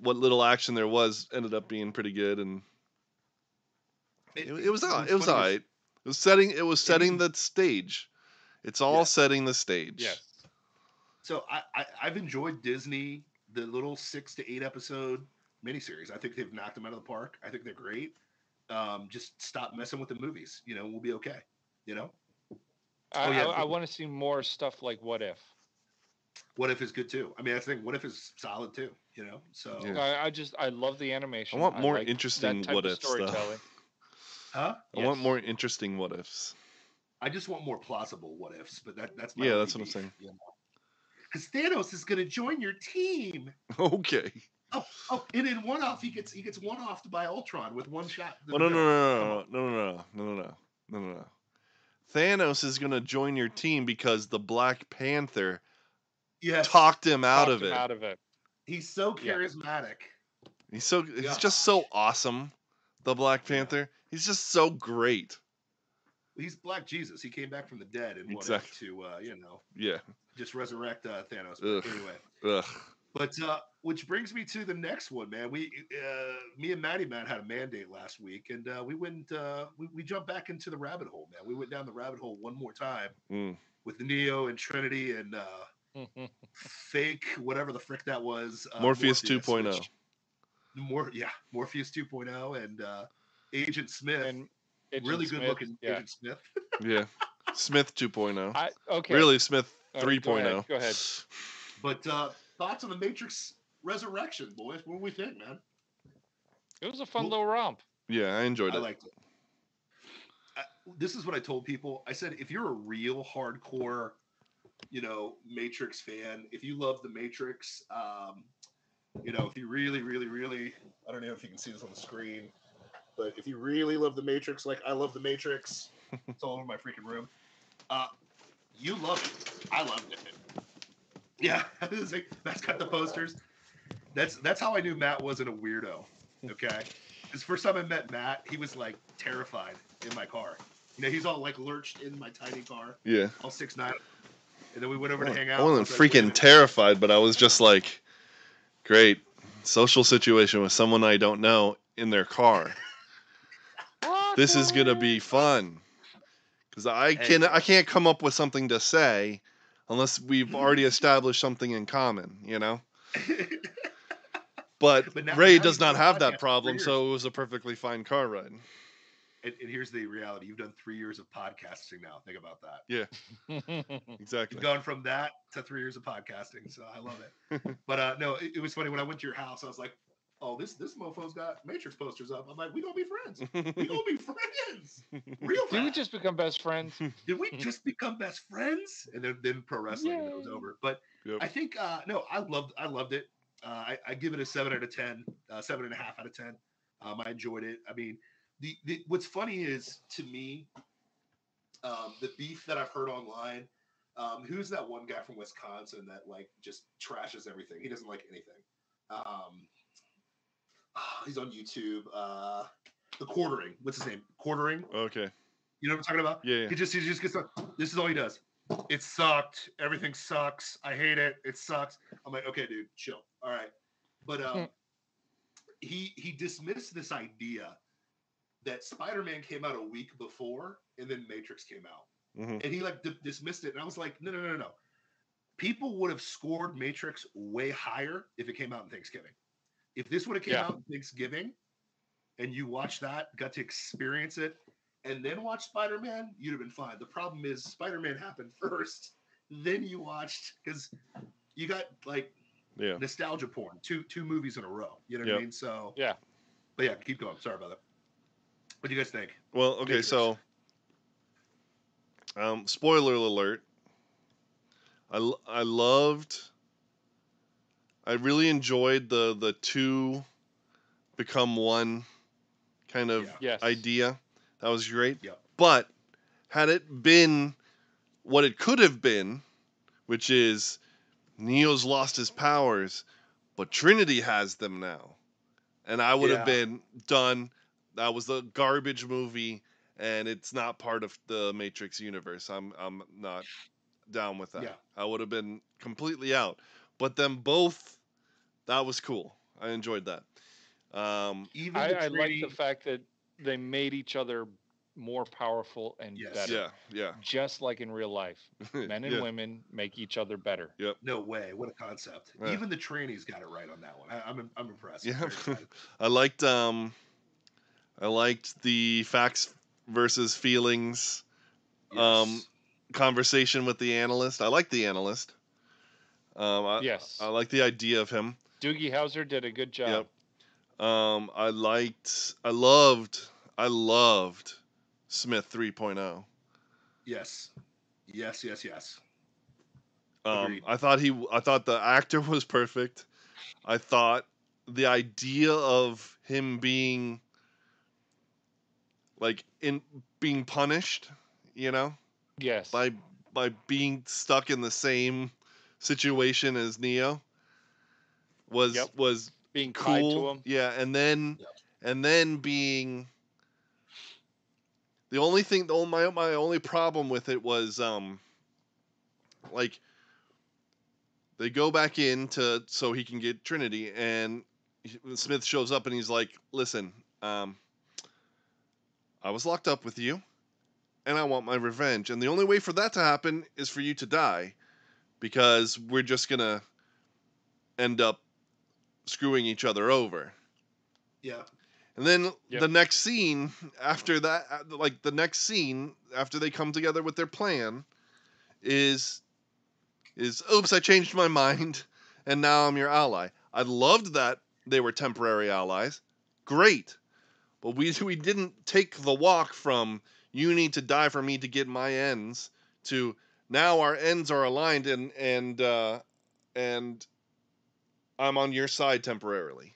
A: what little action there was ended up being pretty good, and it, it was all,
B: what's
A: it was all
B: funny is-
A: right. It was setting it was setting
B: is-
A: the stage. It's all
B: Yeah.
A: setting the stage.
C: Yes.
B: So I, I I've enjoyed Disney the little six to eight episode miniseries. I think they've knocked them out of the park. I think they're great. Um, just stop messing with the movies. You know, we'll be okay. You know,
C: I,
B: Oh, yeah.
C: I, want to see more stuff like What If.
B: what if is good too. I mean, that's the thing. What if is solid too. You know, so
A: Yeah.
C: I, I just I love the animation.
A: Oh. I want more
C: like
A: interesting
C: that type
A: what
C: of
A: ifs, though.
C: storytelling.
B: huh?
A: I want
C: Yes.
A: more interesting what ifs.
B: I just want more plausible what ifs. But that that's my
A: Yeah,
B: only
A: that's what I'm
B: beef,
A: saying.
B: You know? Because Thanos is going to join your team.
A: Okay.
B: Oh, and in one off, he gets he gets one offed by Ultron with one shot.
A: Oh, no, no, no, no, no, no, no, no, no, no, no, no, no. Thanos is gonna join your team because the Black Panther
B: Yes,
A: talked him out
C: Talked
A: of
C: him
A: it.
C: Out of it.
B: he's so
C: Yeah.
B: charismatic.
A: He's so he's
B: Yeah.
A: just so awesome. The Black
B: Yeah.
A: Panther. He's just so great.
B: He's Black Jesus. He came back from the dead and wanted
A: Exactly.
B: to, uh, you know,
A: Yeah.
B: just resurrect uh, Thanos.
A: Ugh.
B: But anyway,
A: Ugh.
B: but uh, which brings me to the next one, man. We, uh, me and Maddie Matt had a mandate last week, and uh, we went, uh, we, we jumped back into the rabbit hole, man. We went down the rabbit hole one more time
A: Mm.
B: with Neo and Trinity and uh,
C: Mm-hmm.
B: fake whatever the frick that was. Uh,
A: Morpheus 2.0.
B: which- Mor- yeah, Morpheus 2.0 and uh, Agent Smith.
C: and Agent
B: really
C: Smith,
B: good looking
C: Yeah.
B: Agent Smith.
A: Yeah. Smith oh. 2.0.
C: I, okay.
A: Really Smith oh.
C: All right,
A: 3.0.
C: go ahead, go ahead.
B: But uh, thoughts on the Matrix Resurrection, boys? What do we think, man?
C: It was a fun
B: Well-
C: little romp.
A: Yeah, I enjoyed
B: I
A: it.
B: liked it. I, this is what I told people. I said, if you're a real hardcore, you know, Matrix fan, if you love the Matrix, um, you know, if you really, really, really, I don't know if you can see this on the screen, but if you really love the Matrix, like I love the Matrix, it's all over my freaking room. Uh, you love it. I loved it. Yeah, it's like, that's got the posters. That's that's how I knew Matt wasn't a weirdo. Okay. Because first time I met Matt, he was like terrified in my car. You know, he's all like lurched in my tiny car,
A: Yeah.
B: all six nine. And then we went over
A: I
B: to hang out.
A: wasn't
B: and I was like, "Wait a
A: freaking
B: minute."
A: terrified, but I was just like, great social situation with someone I don't know in their car. This is gonna be fun because I can I can't come up with something to say unless we've already established something in common, you know. But,
B: But now-
A: Ray
B: now
A: does
B: you've
A: not
B: done
A: have
B: podcasts
A: that
B: for
A: problem,
B: years.
A: so it was a perfectly fine car ride.
B: and, and here's the reality: you've done three years of podcasting now. Think about that.
A: Exactly.
B: You've gone from that to three years of podcasting. So I love it. but uh, no, it, it was funny when I went to your house. I was like, "Oh, this this mofo's got Matrix posters up." I'm like, "We gonna be friends. We gonna be friends. Real
C: Did we
B: friends.
C: just become best friends?
B: Did we just become best friends?" And then, then pro wrestling and then it was
C: Yay.
B: over. But
A: Yep.
B: I think uh, no, I loved I loved it. Uh, I, I give it a seven out of ten, uh, seven and a half out of ten. Um, I enjoyed it. I mean, the, the what's funny is to me, um, the beef that I've heard online. Um, who's that one guy from Wisconsin that like just trashes everything? He doesn't like anything. Um, ah, he's on YouTube. Uh, the quartering. What's his name? Quartering.
A: okay.
B: You know what I'm talking about?
A: Yeah. yeah.
B: He just he just gets on. This is all he does. It sucked. Everything sucks. I hate it. It sucks. I'm like, okay, dude, chill. All right. But um, he he dismissed this idea that Spider-Man came out a week before, and then Matrix came out,
A: Mhm.
B: and he like di- dismissed it. And I was like, no, no, no, no, no. People would have scored Matrix way higher if it came out in Thanksgiving. If this would have came
C: Yeah.
B: out in Thanksgiving, and you watched that, got to experience it, and then watch Spider Man, you'd have been fine. The problem is Spider Man happened first, then you watched because you got like
A: Yeah.
B: nostalgia porn, two two movies in a row. You know what
A: Yep.
B: I mean? So
C: Yeah.
B: but yeah, keep going. Sorry about that. What do you guys think?
A: Well, okay,
B: Matrix.
A: so um spoiler alert. I l- I loved I really enjoyed the the two become one kind of
B: Yeah.
C: Yes.
A: idea. That was great.
B: Yep.
A: But had it been what it could have been, which is Neo's lost his powers, But Trinity has them now. And I would
B: Yeah.
A: have been done. That was the garbage movie and it's not part of the Matrix universe. I'm I'm not down with that.
B: Yeah.
A: I would have been completely out. But them both that was cool. I enjoyed that. Um
B: Even
C: I,
B: the
C: I like
B: Trinity-
C: the fact that they made each other more powerful and
B: Yes.
C: better.
A: yeah, yeah.
C: Just like in real life, men and
A: yeah.
C: women make each other better.
B: No way! What a concept!
A: Yeah.
B: Even the trainees got it right on that one. I, I'm I'm impressed.
A: Yeah.
B: Very excited.
A: I liked um I liked the facts versus feelings Um, conversation with the analyst. I like the analyst. Um I,
C: yes,
A: I like the idea of him.
C: Doogie Howser did a good job.
A: Yep. Um, I liked, I loved, I loved Smith oh. 3.0.
B: yes, yes, yes, yes.
A: Um,
B: Agreed.
A: I thought he, I thought the actor was perfect. I thought the idea of him being like in being punished, you know,
C: Yes,
A: by by being stuck in the same situation as Neo was
C: Yep.
A: was
C: being tied to
A: cool.
C: him.
A: Yeah, and then
B: Yep.
A: and then being the only thing, the only, my my only problem with it was um like they go back in to so he can get Trinity, and he- Smith shows up and he's like, "Listen, um, I was locked up with you, and I want my revenge, and the only way for that to happen is for you to die, because we're just gonna end up." screwing each other over
B: Yeah,
A: and then
C: Yep.
A: the next scene after that, uh, like the next scene after they come together with their plan, is is oops, I changed my mind, and now I'm your ally. I loved that they were temporary allies, great, but we we didn't take the walk from you need to die for me to get my ends to now our ends are aligned and and uh, and I'm on your side temporarily.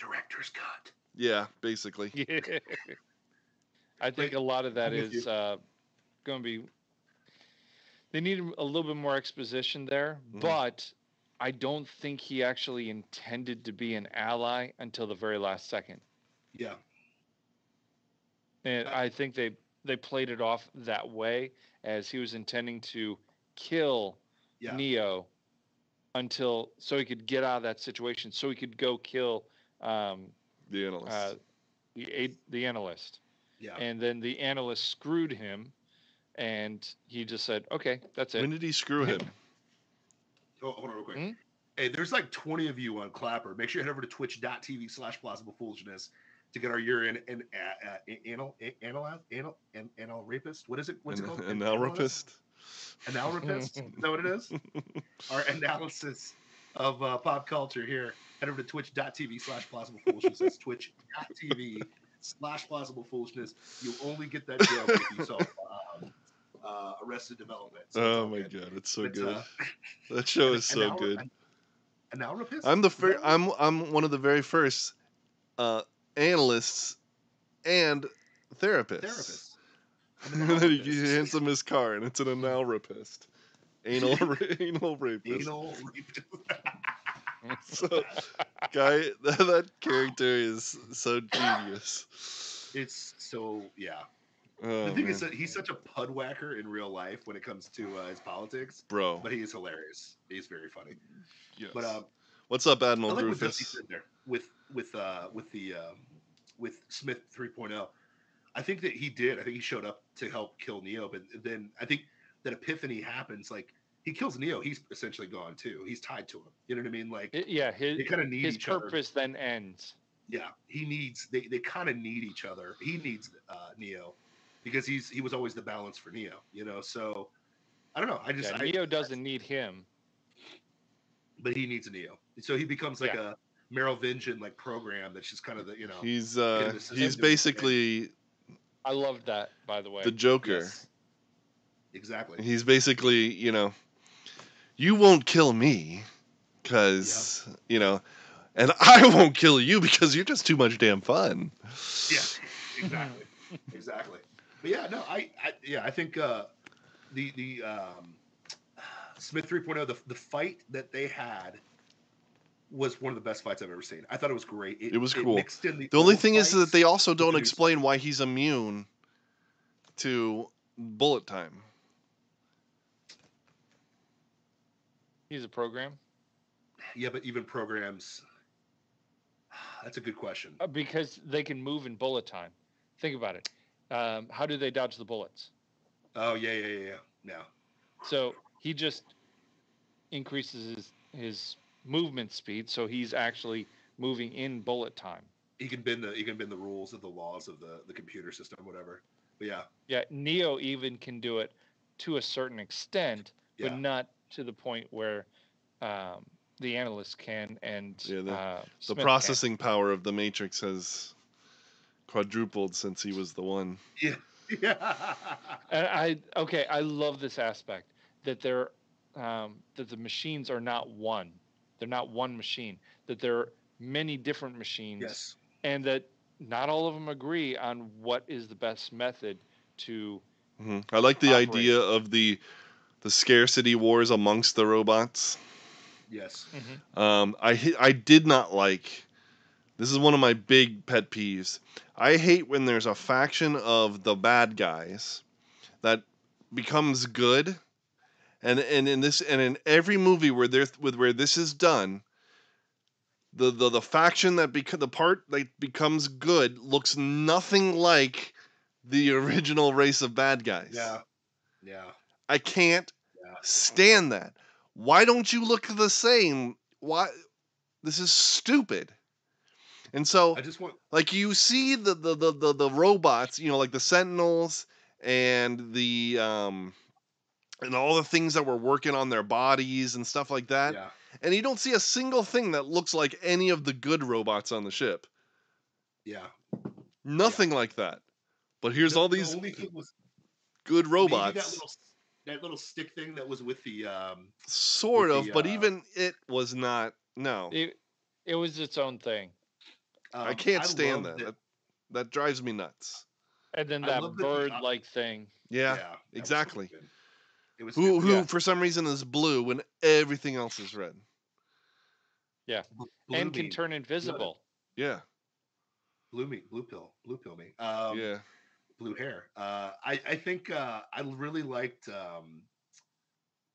B: director's cut.
A: Yeah, basically.
C: Yeah. I think a lot of that
B: I'm with
C: is
B: you.
C: uh, going to be. They need a little bit more exposition there,
B: Mm-hmm.
A: Mhm.
C: but I don't think he actually intended to be an ally until the very last second.
B: Yeah, Uh.
C: And I think they they played it off that way as he was intending to kill
B: yeah,
C: Neo until so he could get out of that situation, so he could go kill um,
A: The analyst.
C: uh, the a- the analyst.
B: yeah.
C: and then the analyst screwed him and he just said okay that's
A: when
C: it
A: did he screw him?
B: Oh, hold on real quick.
C: Hmm?
B: Hey, there's like 20 of you on Clapper. Make sure you head over to twitch.tv slash plausible foolishness to get our urine and uh, uh, a- anal, a- anal, anal, an- anal rapist. What is it? What's
A: an,
B: it called?
A: An
B: Analyst?
A: alrapist?
B: Analrapist? Is that what it is? our analysis of uh, pop culture here. Head over to twitch.tv slash plausible foolishness. That's twitch.tv slash plausible foolishness. You only get that joke if you saw um, uh, Arrested Development. So it's
A: Oh
B: all
A: my
B: good.
A: god, it's so
B: But,
A: good.
B: uh,
A: that show
B: an-
A: is
B: an
A: so
B: hour-
A: good.
B: an- Analrapist?
A: I'm the
B: Is
A: fir-
B: that-
A: I'm I'm one of the very first uh, analysts and therapists.
B: therapist.
A: and then you hand him his car, and it's an analrapist. Anal anal rapist.
B: Anal rapist.
A: So, guy, that, that character is so genius.
B: It's so yeah.
A: Oh,
B: The thing is
A: man.
B: that he's such a pudwhacker in real life when it comes to uh, his politics,
A: bro.
B: but he is hilarious. He's very funny.
A: yes.
B: But um,
A: What's up,
B: I
A: Admiral
B: like what Dusty
A: Rufus?
B: said there with with uh, with the um, with Smith 3.0. I think that he did. I think he showed up to help kill Neo, but then I think that epiphany happens. Like he kills Neo, he's essentially gone too. He's tied to him. You know what I mean? Like
C: It- yeah his,
B: they kind of need
C: his
B: each other.
C: purpose then ends
B: yeah he needs they, they kind of need each other he needs uh neo because he's he was always the balance for neo you know so i don't know i just
C: yeah,
B: I,
C: neo doesn't need him
B: but he needs neo so he becomes like
C: Yeah.
B: a merovingian like program that's just kind of the you know
A: He's uh,
B: this is
A: he's
B: him doing his thing.
A: basically
C: i loved that by the way
A: the Joker.
B: Yes. exactly
A: He's basically, you know, you won't kill me because, you know, and I won't kill you because you're just too much damn fun.
B: yeah exactly exactly but yeah no i, I yeah i think uh the the oh, um smith 3.0 the, the fight that they had was one of the best fights I've ever seen. I thought it was great.
A: It was cool.
B: mixed in
A: The only
B: old
A: thing is that
B: fights.
A: they also don't
B: Dude.
A: explain why he's immune to bullet time.
C: He's a program
B: yeah, but even programs. That's a good question.
C: Uh, because they can move in bullet time. Think about it. Um, how do they dodge the bullets?
B: Oh yeah, yeah, yeah, yeah. No.
C: So he just increases his, his movement speed, so he's actually moving in bullet time.
B: He can bend the he can bend the rules of the laws of the the computer system, whatever. But yeah,
C: Yeah, Neo even can do it to a certain extent,
B: yeah.
C: but not to the point where um, the analyst can and
A: Yeah, the-
C: uh,
A: The
C: Smith can.
A: processing power of the Matrix has quadrupled since he was the one.
B: yeah.
C: And I okay, I love this aspect that they're um, that the machines are not one. They're not one machine. That there are many different machines,
B: yes.
C: and that not all of them agree on what is the best method to.
A: hmm I like the
C: Operate.
A: idea of the the scarcity wars amongst the robots.
B: Yes.
A: Um, I hi- I did not like. This is one of my big pet peeves. I hate when there's a faction of the bad guys that becomes good, and and in this and in every movie where there with where this is done, the the the faction that beca- the part that becomes good looks nothing like the original race of bad guys.
B: Yeah. Yeah.
A: I can't
B: Yeah.
A: stand that. Why don't you look the same? Why this is stupid. And so
B: I just want
A: like you see the the the the, the robots, you know, like the sentinels and the um and all the things that were working on their bodies and stuff like that.
B: yeah.
A: And you don't see a single thing that looks like any of the good robots on the ship.
B: Yeah.
A: Nothing like that. But here's
B: The-
A: all
B: the
A: these
B: only thing was
A: good
B: maybe
A: robots.
B: That little, that little stick thing that was with the um
A: sort
B: with
A: of,
B: the,
A: but
B: uh,
A: even it was not no.
C: It, it was its own thing,
A: I
B: um,
A: can't stand
B: love
A: that. that. That drives me nuts.
C: and then
B: I
C: that
B: love that the op-
C: bird-like thing.
A: Yeah.
B: that was
A: exactly.
B: stupid. It was
A: Who
B: stupid.
A: who
C: Yeah.
A: for some reason is blue when everything else is red.
B: Bl- blew
C: and can
B: me.
C: turn invisible.
A: Yeah.
B: blue me blue pill blue pill me um
A: yeah.
B: blue hair uh i i think uh i really liked um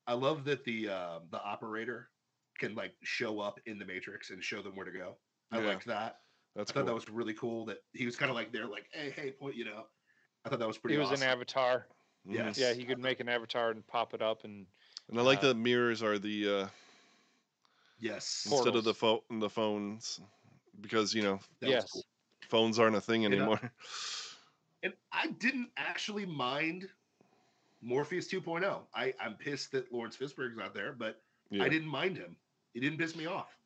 B: i love that the um the operator can like show up in the matrix and show them where to go i
A: Yeah,
B: liked that
A: That's
B: i thought
A: cool.
B: that was really cool that he was kind of like there like hey hey point you know i thought that was pretty
C: He was
B: awesome.
C: an avatar.
A: Mhm.
B: yes.
C: Yeah, he could make an avatar and pop it up, and
A: And I like
C: uh,
A: that mirrors are the uh,
B: yes
C: Portal.
A: instead of the phone the phones because you know
B: that was
C: yes,
B: cool.
A: phones aren't a thing
B: know,
A: anymore.
B: and i didn't actually mind morpheus 2.0 i i'm pissed that lawrence Fishburne's not there but
A: yeah.
B: i didn't mind him he didn't piss me off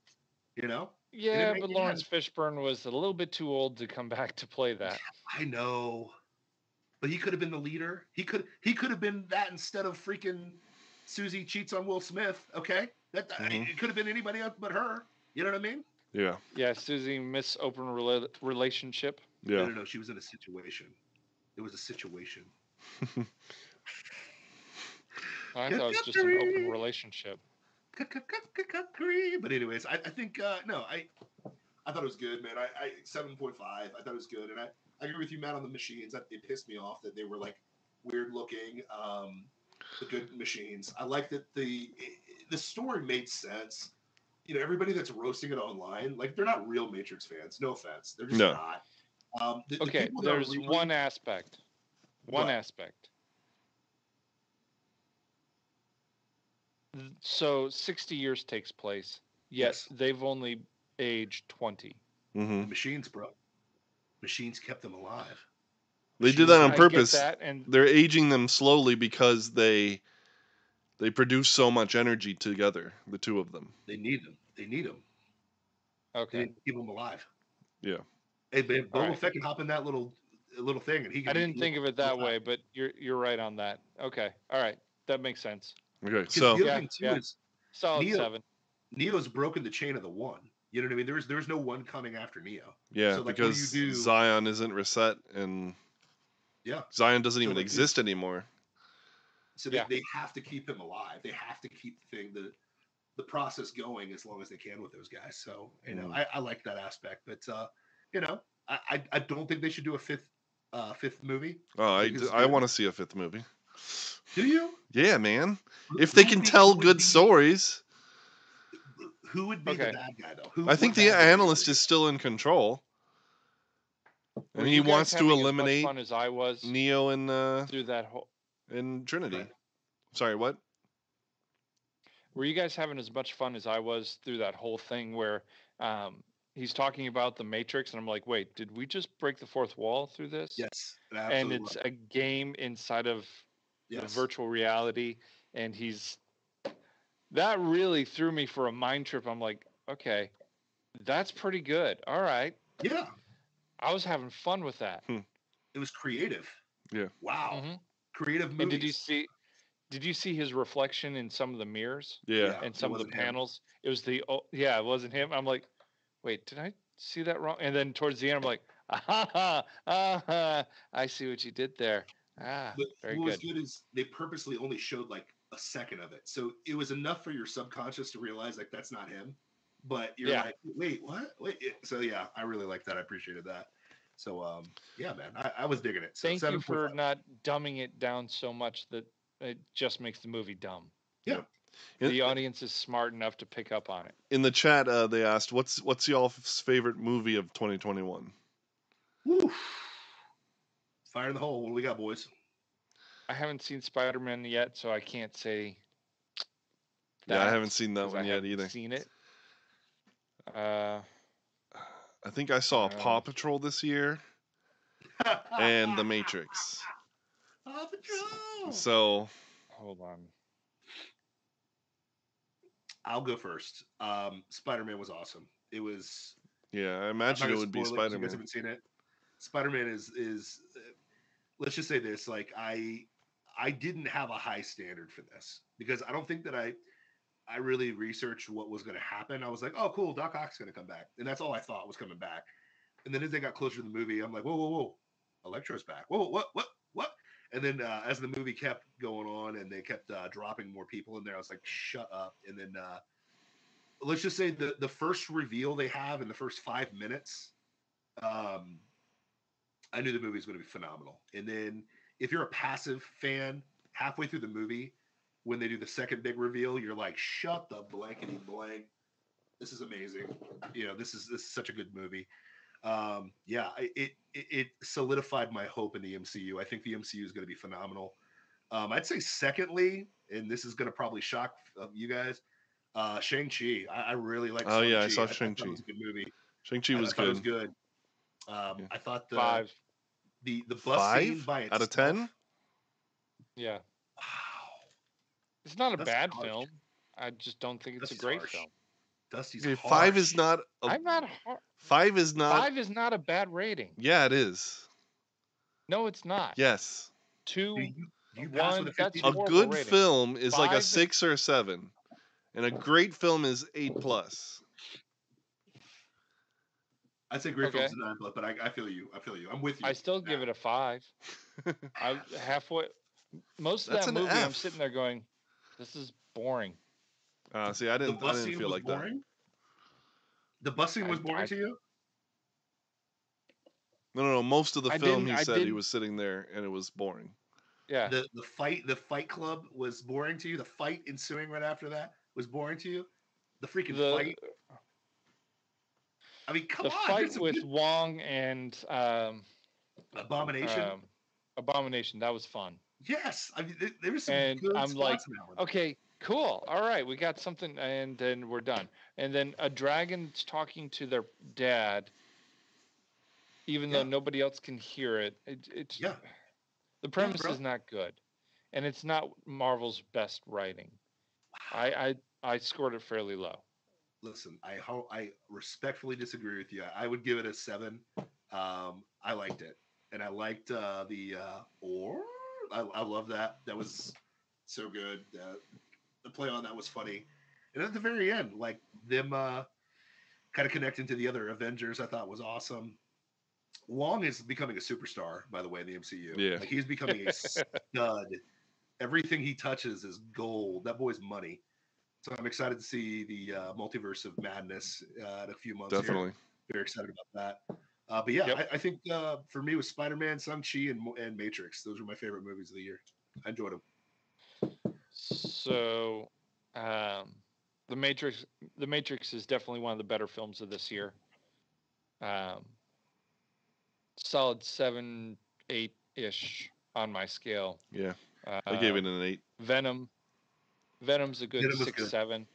B: you know
C: yeah,
B: make
C: but
B: any
C: Lawrence Fishburne was a little bit too old to come back to play that.
B: I know, but he could have been the leader. He could he could have been that instead of freaking Susie cheats on Will Smith. Okay, that I-
A: Mhm.
B: it could have been anybody else but her. You know what I mean?
A: yeah.
C: Yeah, Susie Miss Open rela- Relationship.
B: No,
A: Yeah.
B: no, no. She was in a situation. It was a situation.
C: I thought it was just an open relationship.
B: Cuck-cuck-cuck-cuck-cuckery. But anyways, I, I think uh, no, I I thought it was good, man. I, I seven point five. I thought it was good, and I, I agree with you, Matt, on the machines. That it pissed me off that they were like weird looking. Um, the good machines. I like that the i- i- the story made sense. You know, everybody that's roasting it online, like they're not real Matrix fans. No offense, they're just
A: No.
B: not. Um, the- the
C: Okay,
B: people that are
C: there's
B: really-
C: one aspect. One
B: What?
C: aspect. Th- So 60 years takes place. Yes, they've only aged 20.
A: hmm
B: the machines, bro. Machines kept them alive.
A: They did that
C: I
A: on
C: get
A: purpose.
C: that, and
A: They're aging them slowly because they they produce so much energy together, the two of them.
B: They need them. They need them. They
C: okay,
B: need to keep them alive.
A: Yeah.
B: Hey, man,
C: All
B: Boba
C: right.
B: Fett can hop in that little little thing, and he. Can,
C: I didn't think of it that
B: alive.
C: way, but you're you're right on that. Okay, all right, that makes sense.
A: Okay.
B: 'Cause
A: So
B: the other
C: Yeah,
B: thing too
C: yeah.
B: is
C: Solid
B: Neo-
C: seven.
B: Neo's broken the chain of the one. You know what I mean? There's there's no one coming after Neo.
A: Yeah,
B: So, like, what do you
A: because
B: do-
A: Zion isn't reset and
B: Yeah.
A: Zion doesn't
B: So,
A: even
B: like, you-
A: exist anymore.
B: So they,
C: Yeah.
B: they have to keep him alive. They have to keep the thing the the process going as long as they can with those guys. So you know,
A: Mm.
B: I, I like that aspect, but uh, you know, I, I I don't think they should do a fifth uh fifth movie.
A: Oh, I,
B: Think
A: d-
B: it's
A: I
B: good.
A: want to see a fifth movie.
B: Do you?
A: Yeah, man. If they
B: Who
A: can
B: would be-
A: tell
B: who would
A: good
B: be-
A: stories,
B: Who would be
C: Okay.
B: the bad guy though? Who
A: I think
B: would
A: the
B: have be
A: analyst
B: good?
A: is still in control.
C: Were
A: And he
C: you guys
A: wants to
C: having as much
A: eliminate
C: fun as I was
A: Neo and uh,
C: through that whole.
A: and Trinity.
B: Right.
A: Sorry, what?
C: Were you guys having as much fun as I was through that whole thing where um, he's talking about the Matrix, and I'm like, wait, did we just break the fourth wall through this?
B: yes, it
C: And
B: absolutely
C: it's
B: was.
C: a game inside of the
B: Yes.
C: virtual reality, and he's that really threw me for a mind trip. I'm like, okay, that's pretty good. All right,
B: yeah,
C: I was having fun with that.
B: it was creative.
A: Yeah.
B: Wow,
C: Mhm.
B: creative movies.
C: And did you see? Did you see his reflection in some of the mirrors?
A: Yeah.
B: Yeah.
C: and
B: it
C: some of the
B: wasn't him.
C: panels. It was the oh yeah, it wasn't him. I'm like, wait, did I see that wrong? And then towards the end, I'm like, ah ha ah ha, I see what you did there. Ah,
B: But
C: very
B: what was
C: good.
B: good is they purposely only showed like a second of it, so it was enough for your subconscious to realize like that's not him. But you're
C: Yeah.
B: like, wait, what? Wait. it- So yeah, I really like that. I appreciated that. So um, yeah, man, I, I was digging it. So
C: Thank you for
B: 7.5.
C: not dumbing it down so much that it just makes the movie dumb.
B: Yeah.
A: Yeah.
C: The audience is smart enough to pick up on it.
A: In the chat, uh, they asked, "What's what's y'all's favorite movie of 2021?"
B: Woo. Fire in the hole. What do we got, boys?
C: I haven't seen Spider Man yet, so I can't say.
A: yeah, I
C: that,
A: haven't seen that
C: 'cause I
A: one yet
C: haven't
A: either.
C: Seen it. Uh,
A: I think I saw
C: Yeah.
A: Paw Patrol this year and The Matrix.
B: Paw Patrol.
A: So
C: hold on.
B: I'll go first. Um, Spider Man was awesome. It was
A: yeah, I
B: I'm not
A: imagine it
B: gonna
A: would be
B: spoil 'cause
A: Spider
B: You guys
A: Man.
B: haven't seen it. Spider Man is is. Uh, let's just say this: like I, I didn't have a high standard for this because I don't think that I, I really researched what was going to happen. I was like, oh, cool, Doc Ock's going to come back, and that's all I thought was coming back. And then as they got closer to the movie, I'm like, whoa, whoa, whoa, Electro's back. Whoa, what, what, what? And then uh, as the movie kept going on and they kept uh, dropping more people in there, I was like, shut up. And then uh, let's just say the, the first reveal they have in the first five minutes, um, I knew the movie was going to be phenomenal. And then if you're a passive fan, halfway through the movie, when they do the second big reveal, you're like, shut the blankety blank. This is amazing. You know, this is this is such a good movie. Um, yeah, I- it, it it solidified my hope in the MCU. I think the MCU is going to be phenomenal. Um, I'd say secondly, and this is going to probably shock uh, you guys, uh, Shang Chi. I, I really like.
A: Oh, yeah, I saw
B: It
A: Shang-Chi.
B: was a good movie.
A: Shang Chi
B: I- I
A: was
B: thought
A: good.
B: It was good. Um,
A: Yeah.
B: I thought the
C: Five.
B: the the bus scene
A: Five
B: by
A: out of ten.
C: Yeah.
B: Wow,
C: It's not a
B: That's
C: bad
B: harsh.
C: film. I just don't think it's
B: That's
C: a great
B: harsh.
C: film.
B: Dusty's
A: Okay, five
B: harsh.
A: is not. A, Uh,
C: I'm not. Har-
A: Five is not.
C: five is not a bad rating.
A: Yeah, it is.
C: No, it's not.
A: Yes,
C: Two.
B: Do you, do you pass
C: One,
B: with a
C: that's
B: 15?
A: a
C: Horrible
A: good
C: rating.
A: film is like a
C: Five-
A: six or a seven, and a great film is eight plus.
B: I'd say great
C: okay.
B: films and nine plus, but I, I feel you. I feel you. I'm with you.
C: I still give it a five. I halfway. Most of
A: That's
C: that
A: an
C: movie, i I'm
A: F.
C: sitting there going, "This is boring."
A: Uh, see, I
B: the
A: didn't. I
B: bus
A: didn't
B: scene
A: feel
B: was
A: like that.
B: boring. The bus scene
C: I-
B: was boring
C: I-
B: to you.
A: No, no, no. Most of the
C: I
A: film,
C: didn't-
A: he
C: I
A: said he
C: didn't-
A: was sitting there and it was boring.
C: Yeah.
B: The the fight the fight club was boring to you. The fight ensuing right after that was boring to you. The freaking
C: The-
B: fight. I mean, come
C: the
B: on.
C: fight
B: there's a
C: with
B: good
C: Wong and um,
B: abomination.
C: um, Abomination that was fun.
B: yes, I mean, there, there was some
C: and
B: good
C: I'm
B: spots
C: like,
B: in that one.
C: Okay, cool. All right, we got something, and then we're done. And then a dragon's talking to their dad, even
B: Yeah.
C: though nobody else can hear it. it it's
B: Yeah.
C: the premise
B: bro.
C: is not good, and it's not Marvel's best writing. I I I scored it fairly low.
B: listen, I ho- I respectfully disagree with you. I would give it a seven. Um, I liked it, and I liked uh, the uh, or. I, I love that. That was so good. Uh, the play on that was funny, and at the very end, like them uh, kind of connecting to the other Avengers, I thought was awesome. Wong is becoming a superstar, by the way, in the MCU.
A: Yeah.
B: like, he's becoming a stud. Everything he touches is gold. That boy's money. So I'm excited to see the uh, multiverse of madness uh, in a few months. here.
A: Definitely.
B: Very excited about that. Uh, but yeah,
C: Yep.
B: I, I think uh, for me with Spider Man, Shang Chi, and Mo- and Matrix, those were my favorite movies of the year. I enjoyed them.
C: So, um, the Matrix, the Matrix is definitely one of the better films of this year. Um, solid seven, eight ish on my scale.
A: Yeah.
C: Uh,
A: I gave it an eight.
C: Venom. Venom's a good
B: Venom was
C: six
B: good.
C: seven.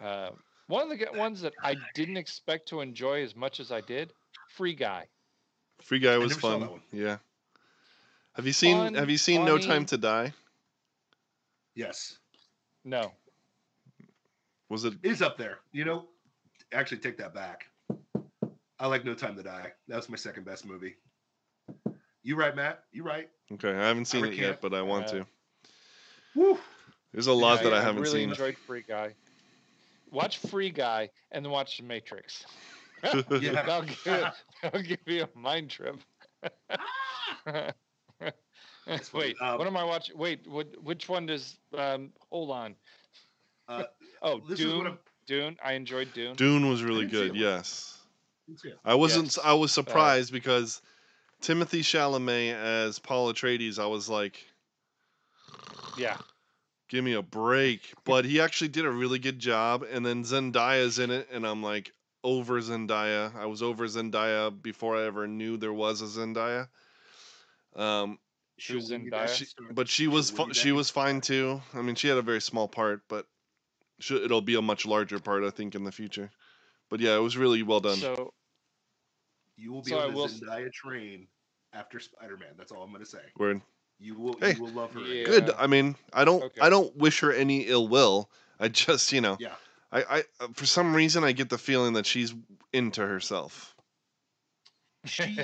C: Uh, one of the good ones that I didn't expect to enjoy as much as I did, Free Guy.
A: Free Guy was
B: never saw
A: fun.
B: that one.
A: Yeah. Have you seen
C: Fun,
A: Have you seen No Time
C: funny.
A: to Die?
B: Yes,
C: No,
A: Was it?
B: it is up there. You know, actually take that back. I like No Time to Die. That was my second best movie. You right, Matt? You right?
A: Okay, I haven't seen it yet,
B: can't,
A: but I want
C: uh,
A: to.
B: Woo!
A: There's a lot
C: Yeah,
A: that I
C: yeah,
A: haven't
C: really
A: seen.
C: enjoyed Free Guy. Watch Free Guy and then watch The Matrix.
B: Yeah.
C: That'll give, you, that'll give you a mind trip.
B: funny.
C: Wait,
B: Um,
C: what am I watching? Wait, what, which one does? Um, hold on.
B: Uh,
C: oh,
B: this is what
C: Dune.
B: I'm-
C: Dune. I enjoyed Dune.
A: Dune was really
B: didn't see
A: good.
B: it.
A: Yes.
B: Yeah.
A: I wasn't.
C: Yes.
A: I was surprised because Timothy Chalamet as Paul Atreides. I was like,
C: Yeah.
A: give me a break. But he actually did a really good job. And then Zendaya's in it, and I'm like over Zendaya. I was over Zendaya before I ever knew there was a Zendaya. Um,
B: Should we
C: Zendaya.
B: not
A: she,
B: start-
A: but she
B: should
A: was
B: we
A: fi-
B: not-
A: she was fine too. I mean, she had a very small part, but sh- it'll be a much larger part, I think, in the future. But yeah, it was really well done.
C: So
B: You will be
C: So I
B: on the
C: will s-
B: Zendaya train after Spider Man. That's all I'm going to say.
A: Word.
B: You will,
A: Hey.
B: you will love her.
C: Yeah.
A: Good. I mean, I don't
C: Okay.
A: I don't wish her any ill will. I just, you know,
B: Yeah.
A: I, I uh, for some reason I get the feeling that she's into herself.
B: She,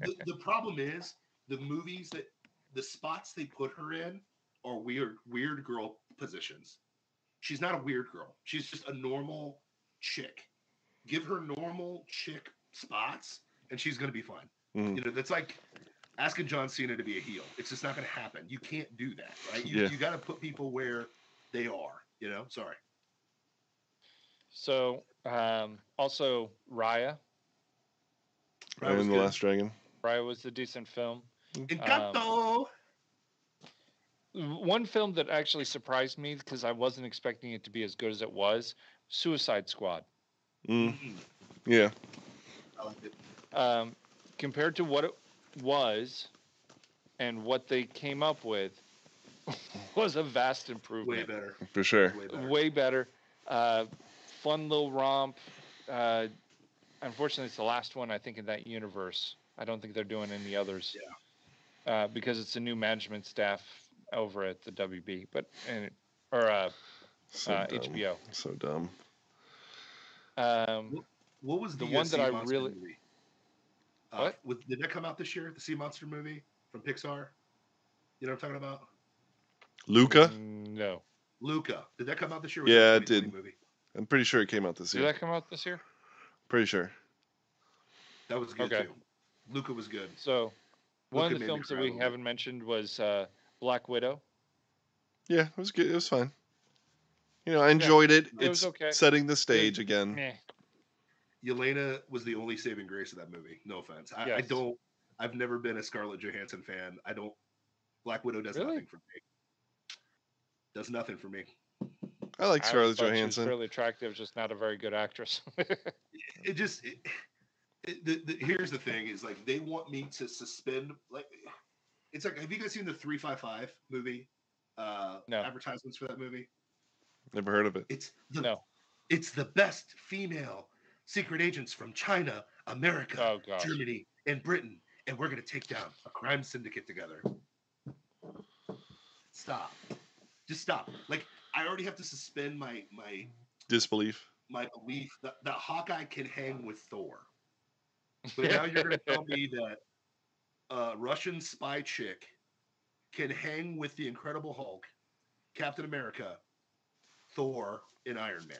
B: the, the problem is the movies that the spots they put her in are weird, weird girl positions. She's not a weird girl. She's just a normal chick. Give her normal chick spots, and she's going to be fine.
A: Mhm.
B: You know, that's like asking John Cena to be a heel. It's just not going to happen. You can't do that, right? You,
A: Yeah.
B: you got to put people where they are. You know, sorry.
C: so um, also Raya.
B: That was
A: and the
B: good.
A: Last Dragon.
C: Raya was a decent film. Um,
B: Encanto.
C: One film that actually surprised me because I wasn't expecting it to be as good as it was. Suicide Squad.
A: Mm,
B: Mm,
A: yeah.
B: I liked it.
C: um, compared to what it was and what they came up with was a vast
B: Way
C: improvement.
B: better.
A: For sure.
B: Way better.
C: Way better. Uh, fun little romp. Uh, unfortunately, it's the last one I think in that universe. I don't think they're doing any others. Yeah. Uh, because it's a new management staff over at the WB, but and or uh,
A: So
C: uh,
A: dumb.
C: HBO.
A: So dumb.
C: Um,
B: What was the,
C: The one
B: uh,
C: that
B: Sea
C: I
B: Monster
C: really-
B: movie?
C: What?
B: Uh, with, did that come out this year? The Sea Monster movie from Pixar. You know what I'm talking about?
A: Luca?
C: Mm-hmm. No.
B: Luca. Did that come out this year? or was that
A: Yeah,
B: a
A: it
B: 2020
A: did.
B: Movie?
A: I'm pretty sure it came out this
C: Did
A: year.
C: that come out this year?
A: Pretty sure.
B: That was good
C: Okay.
B: too. Luca was good.
C: So,
B: Luca
C: one of
B: made
C: the
B: me
C: films that
B: cry a
C: we
B: little bit.
C: haven't mentioned was uh, Black Widow.
A: Yeah, it was good. It was fine. You know, I enjoyed it.
C: It
A: It's
C: was okay.
A: setting the stage again.
C: Meh.
B: Yelena was the only saving grace of that movie. No offense. I, I
C: Yes.
B: don't. I've never been a Scarlett Johansson fan. I don't. Black Widow does
C: Really?
B: nothing for me. Does nothing for me.
A: I like
C: I
A: Scarlett
C: thought she was
A: Johansson.
C: fairly attractive, just not a very good actress.
B: it just it, it, the, the, here's the thing is like they want me to suspend like it's like have you guys seen the 355 movie uh
C: No.
B: advertisements for that movie
A: Never heard of it.
B: it's the
C: no.
B: it's the best female secret agents from china america
C: Oh gosh.
B: germany and britain and we're going to take down a crime syndicate together stop just stop like i already have to suspend my my
A: Disbelief.
B: my belief that, that Hawkeye can hang with Thor. But now you're going to tell me that a Russian spy chick can hang with the Incredible Hulk, Captain America, Thor, and Iron Man.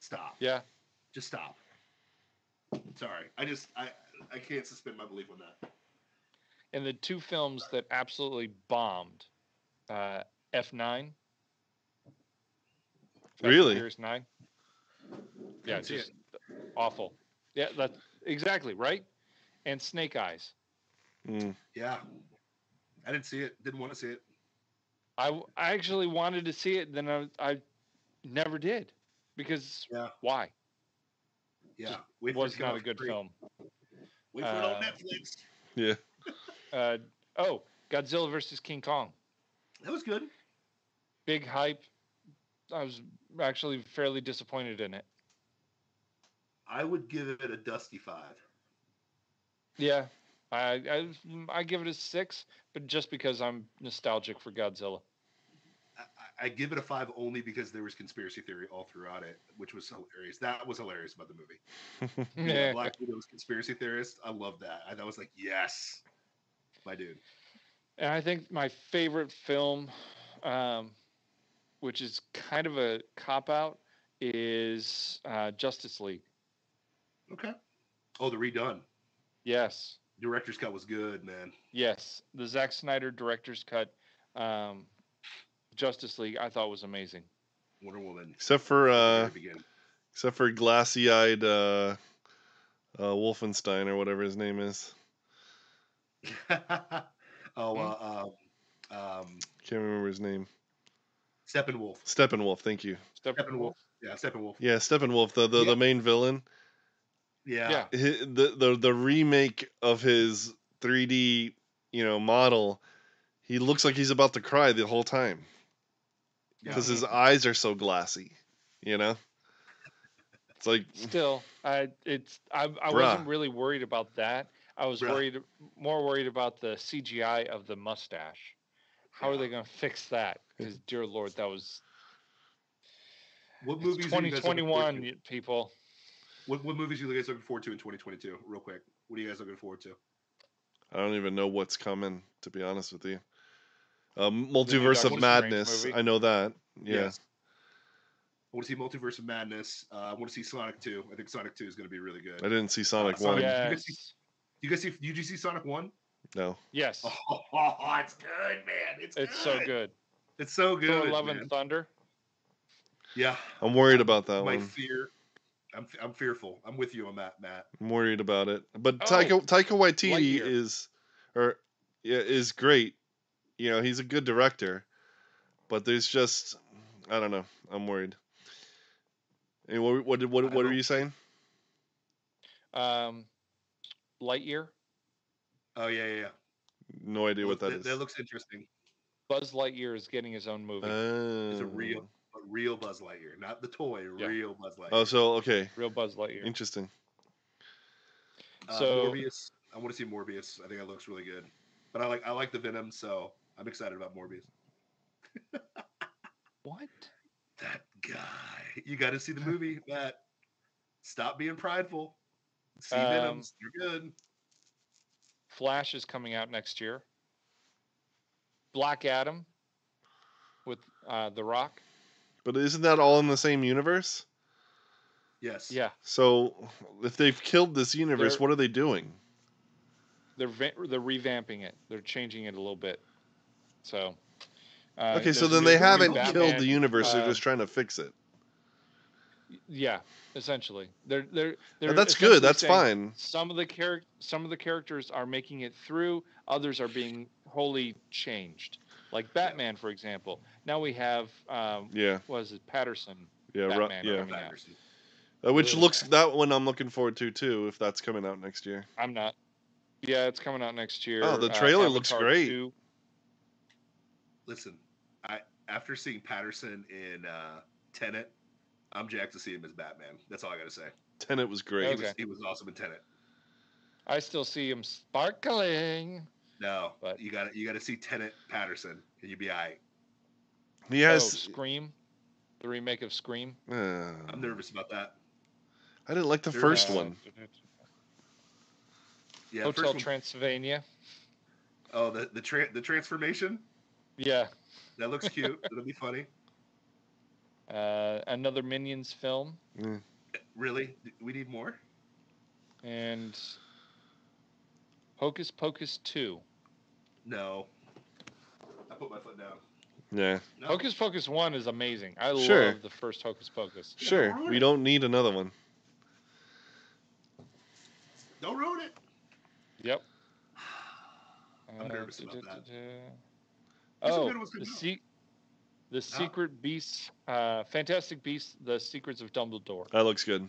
B: Stop.
C: Yeah.
B: Just stop. Sorry. I just, I, I can't suspend my belief on that.
C: And the two films that absolutely bombed, uh, F9 Fast and
A: Really?
C: Furious Nine. Yeah,
B: Couldn't see
C: just awful. Yeah, that's exactly right. And Snake Eyes.
A: Mm.
B: Yeah. I didn't see it. Didn't want to see it.
C: I, w- I actually wanted to see it, then I, I never did because
B: Yeah.
C: why?
B: Yeah.
C: Just
B: Wait
C: It
B: for it
C: was
B: to come
C: not a
B: out
C: good
B: free.
C: film.
B: Wait for it on
C: Uh,
B: Netflix.
A: Yeah.
C: Uh, oh, Godzilla versus King Kong.
B: That was good.
C: Big hype. I was actually fairly disappointed in it.
B: I would give it a dusty five.
C: Yeah, I I, I give it a six, but just because I'm nostalgic for Godzilla.
B: I- I, I give it a five only because there was conspiracy theory all throughout it, which was hilarious. That was hilarious about the movie. You know, Black Widow's conspiracy theorist. I love that. I, I was like, yes, my dude.
C: And I think my favorite film, um, which is kind of a cop out, is uh, Justice League.
B: Okay. Oh, the redone
C: Yes,
B: director's cut was good, man.
C: yes, the Zack Snyder director's cut, um, Justice League. I thought was amazing.
B: Wonder Woman.
A: Except for uh,
B: Very beginning.
A: except for glassy-eyed uh, uh, Wolfenstein or whatever his name is.
B: oh,
C: Hmm?
B: uh, um, um,
A: Can't remember his name.
B: Steppenwolf.
A: Steppenwolf. Thank you.
B: Steppenwolf. Yeah, Steppenwolf.
A: Yeah, Steppenwolf, the the,
B: Yeah.
A: the main villain.
B: Yeah.
C: Yeah.
A: hi- the the the remake of his 3D, you know, model, he looks like he's about to cry the whole time
B: yeah.
A: because his eyes are so glassy, you know. It's like
C: Still, I it's I, I
A: Bruh.
C: wasn't really worried about that. I was
B: Bruh.
C: worried more worried about the CGI of the mustache. How are
B: Yeah.
C: they going to fix that? Because dear lord, that was
B: What
C: it's
B: movies? are you guys looking forward
C: 2021
B: to?
C: y- people.
B: What, what movies are you guys looking forward to in 2022? Real quick, what are you guys looking forward to?
A: I don't even know what's coming to be honest with you. Um, Multiverse
C: Doctor
A: of
C: Strange
A: Madness,
C: movie.
A: I know that. Yeah.
B: Yes. I want to see Multiverse of Madness. Uh, I want to see Sonic 2. I think Sonic 2 is going to be really good.
A: I didn't see Sonic
B: Sonic-
A: 1.
B: Yeah.
C: Yes,
B: You guys see? Did you see Sonic 1?
A: No.
C: yes,
B: Oh, it's good, man. It's,
C: it's so good.
B: It's so good.
C: Thor, Love
B: man.
C: and Thunder.
B: Yeah.
A: I'm worried about
C: Um,
A: that
B: My
A: one.
B: fear. I'm, I'm fearful. I'm with you on that, Matt.
A: I'm worried about it. But
C: Oh,
A: Taika Taika Waititi
C: Lightyear.
A: is or yeah, is great. You know, he's a good director. But there's just I don't know. I'm worried. And what what did-
B: I
A: what what were
B: don't-
A: you saying?
C: Um, Lightyear,
B: Oh yeah, yeah, yeah.
A: No idea what that
B: that,
A: is.
B: that looks interesting.
C: Buzz Lightyear is getting his own movie.
B: Uh,
A: oh.
B: real- But real Buzz Lightyear, not the toy.
C: Yeah. Uh,
B: Real Buzz Lightyear.
A: Oh, so okay,
C: Real Buzz Lightyear.
A: interesting.
B: Uh,
C: So-
B: Morbius. I want to see Morbius. I think that looks really good. But I like I like the Venom, so I'm excited about Morbius.
C: What?
B: That guy. You got to see the movie, Matt. Stop being prideful. See
C: Um,
B: Venoms. You're good.
C: Flash is coming out next year. Black Adam with uh, The Rock.
A: But isn't that all in the same universe?
B: Yes.
C: Yeah,
A: So if they've killed this universe,
C: They're-
A: what are they doing?
C: they're va- they're revamping it. They're changing it a little bit. So uh,
A: okay, so
C: there's
A: then
C: a new
A: they
C: movie,
A: haven't
C: Batman.
A: killed the universe.
C: uh,
A: they're just trying to fix it.
C: Yeah, essentially, they're they're, they're
A: And that's good.
C: essentially
A: That's
C: saying
A: fine.
C: Some of the char- some of the characters are making it through. Others are being wholly changed. Like Batman, for example. Now we have um,
A: Yeah,
C: was it Patterson?
A: yeah, ru-
C: Batman
A: yeah.
C: coming out.
B: Patterson.
A: Uh, which
C: Ugh.
A: looks that one I'm looking forward to too. If that's coming out next year,
C: I'm not. Yeah, it's coming out next year. uh,
A: Oh, the trailer looks
C: Avatar
A: great.
C: 2.
B: Listen, I after seeing Patterson in uh, Tenet, I'm jacked to see him as Batman. That's all I gotta say.
A: Tenet was
B: He,
A: great.
C: Okay.
B: was, he was awesome in Tenet.
C: I still see him sparkling.
B: No,
C: But-
B: you got to you got to see Tenet Patterson, and you be all right.
A: He
C: Oh,
A: has.
C: Scream, the remake of Scream.
A: uh,
B: I'm nervous about that.
A: I didn't like the
B: Sure.
A: first
C: Uh,
A: one.
B: Yeah,
C: Hotel
B: first one-
C: Transylvania.
B: oh, the the tra- the transformation
C: Yeah.
B: that looks cute. That'll be funny.
C: Uh, another Minions film
A: Mm.
B: Really, we need more.
C: and Hocus Pocus 2.
B: No, I put my foot down.
A: Yeah,
B: No.
C: Hocus Pocus one is amazing. I
A: Sure.
C: love the first Hocus Pocus.
B: Yeah,
A: sure.
B: ruin
A: We
B: it.
A: don't need another one.
B: Don't ruin it.
C: Yep.
B: I'm
C: Uh,
B: nervous about
C: duh,
B: that.
C: duh, duh.
B: There's some
C: Oh,
B: good Ah. ones
C: the,
B: coming up.
C: se- the Secret Beasts, uh, Fantastic Beasts, The Secrets of Dumbledore.
A: That looks good.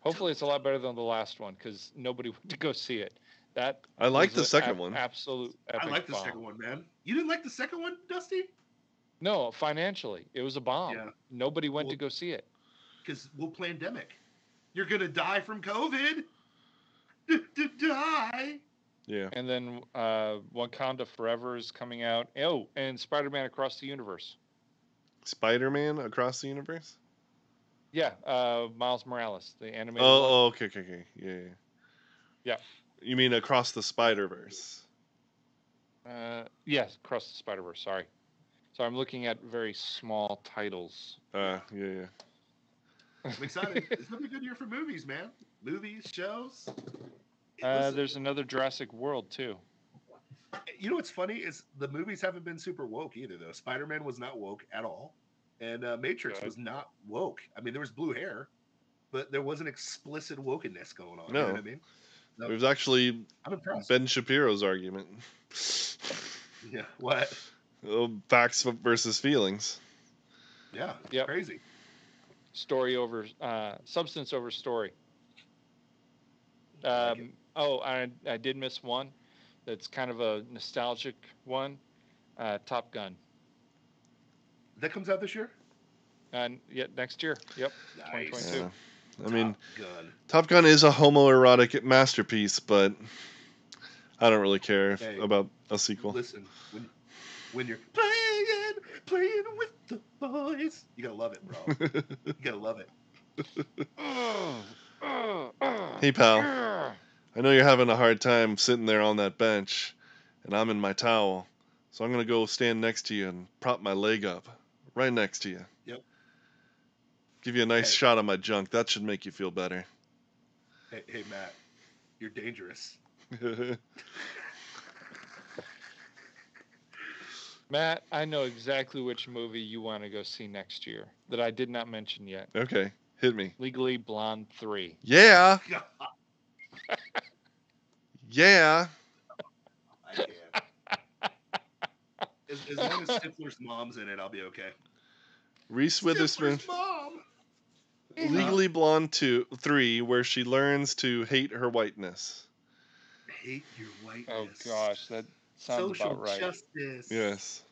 C: Hopefully, it's a lot better than the last one because nobody went to go see it. That
A: I like
C: was
A: the
C: a
A: second
C: ab-
A: one.
C: Absolute.
B: I
C: epic
B: like the
C: bomb.
B: second one, man. You didn't like the second one, Dusty?
C: No, financially, it was a bomb.
B: Yeah.
C: Nobody went to
B: Well-
C: go see it.
B: Because we'll pandemic. You're gonna die from COVID. Die.
A: Yeah.
C: And then uh, Wakanda Forever is coming out. Oh, and Spider-Man Across the Universe.
A: Spider-Man across the universe.
C: Yeah, uh, Miles Morales, the animated. one.
A: Oh, oh, okay, okay, okay. Yeah, yeah.
C: Yeah.
A: You mean across the Spider Verse?
C: Uh, yes, Across the Spider Verse. Sorry. So I'm looking at very small titles.
A: Uh, yeah, yeah.
B: I'm excited. it's gonna be a good year for movies, man. Movies, shows. It
C: Uh,
B: was-
C: there's another Jurassic World too.
B: you know what's funny is the movies haven't been super woke either though. Spider Man was not woke at all, and uh, Matrix
C: Good.
B: was not woke. I mean, there was blue hair, but there wasn't explicit wokenness going on. You
A: No.
B: know what I mean? No.
A: There's actually
B: I'm impressed.
A: Ben Shapiro's argument.
B: yeah. What?
A: Oh, Facts versus feelings.
B: Yeah. it's
C: Yep.
B: Crazy.
C: Story over uh, substance over story.
B: I like it.
C: Um, oh, I I did miss one. That's kind of a nostalgic one. Uh, Top Gun.
B: That comes out this year.
C: And yeah, next year. Yep. 2022.
A: Yeah.
C: Too.
A: I mean,
B: Top Gun.
A: Top Gun is a homoerotic masterpiece, but I don't really care if,
B: Hey.
A: about a sequel.
B: Listen, when when you're playing, playing with the boys, you gotta love it, bro. you gotta love it.
A: Hey, pal. I know you're having a hard time sitting there on that bench, and I'm in my towel, so I'm gonna go stand next to you and prop my leg up, right next to you.
B: Yep.
A: Give you a nice
B: Hey.
A: shot of my junk. That should make you feel better.
B: Hey, hey Matt, you're dangerous.
C: Matt, I know exactly which movie you want to go see next year that I did not mention yet.
A: okay, hit me.
C: Legally Blonde 3.
A: Yeah,
B: God,
A: yeah.
B: I can't. As, as long as Stifler's mom's in it, I'll be okay.
A: Reese Witherspoon.
B: Stifler's mom.
A: Legally Blonde 2 3 where she learns to hate her whiteness.
B: Hate your whiteness.
C: Oh gosh, that sounds
B: Social
C: about right.
B: justice.
A: Yes.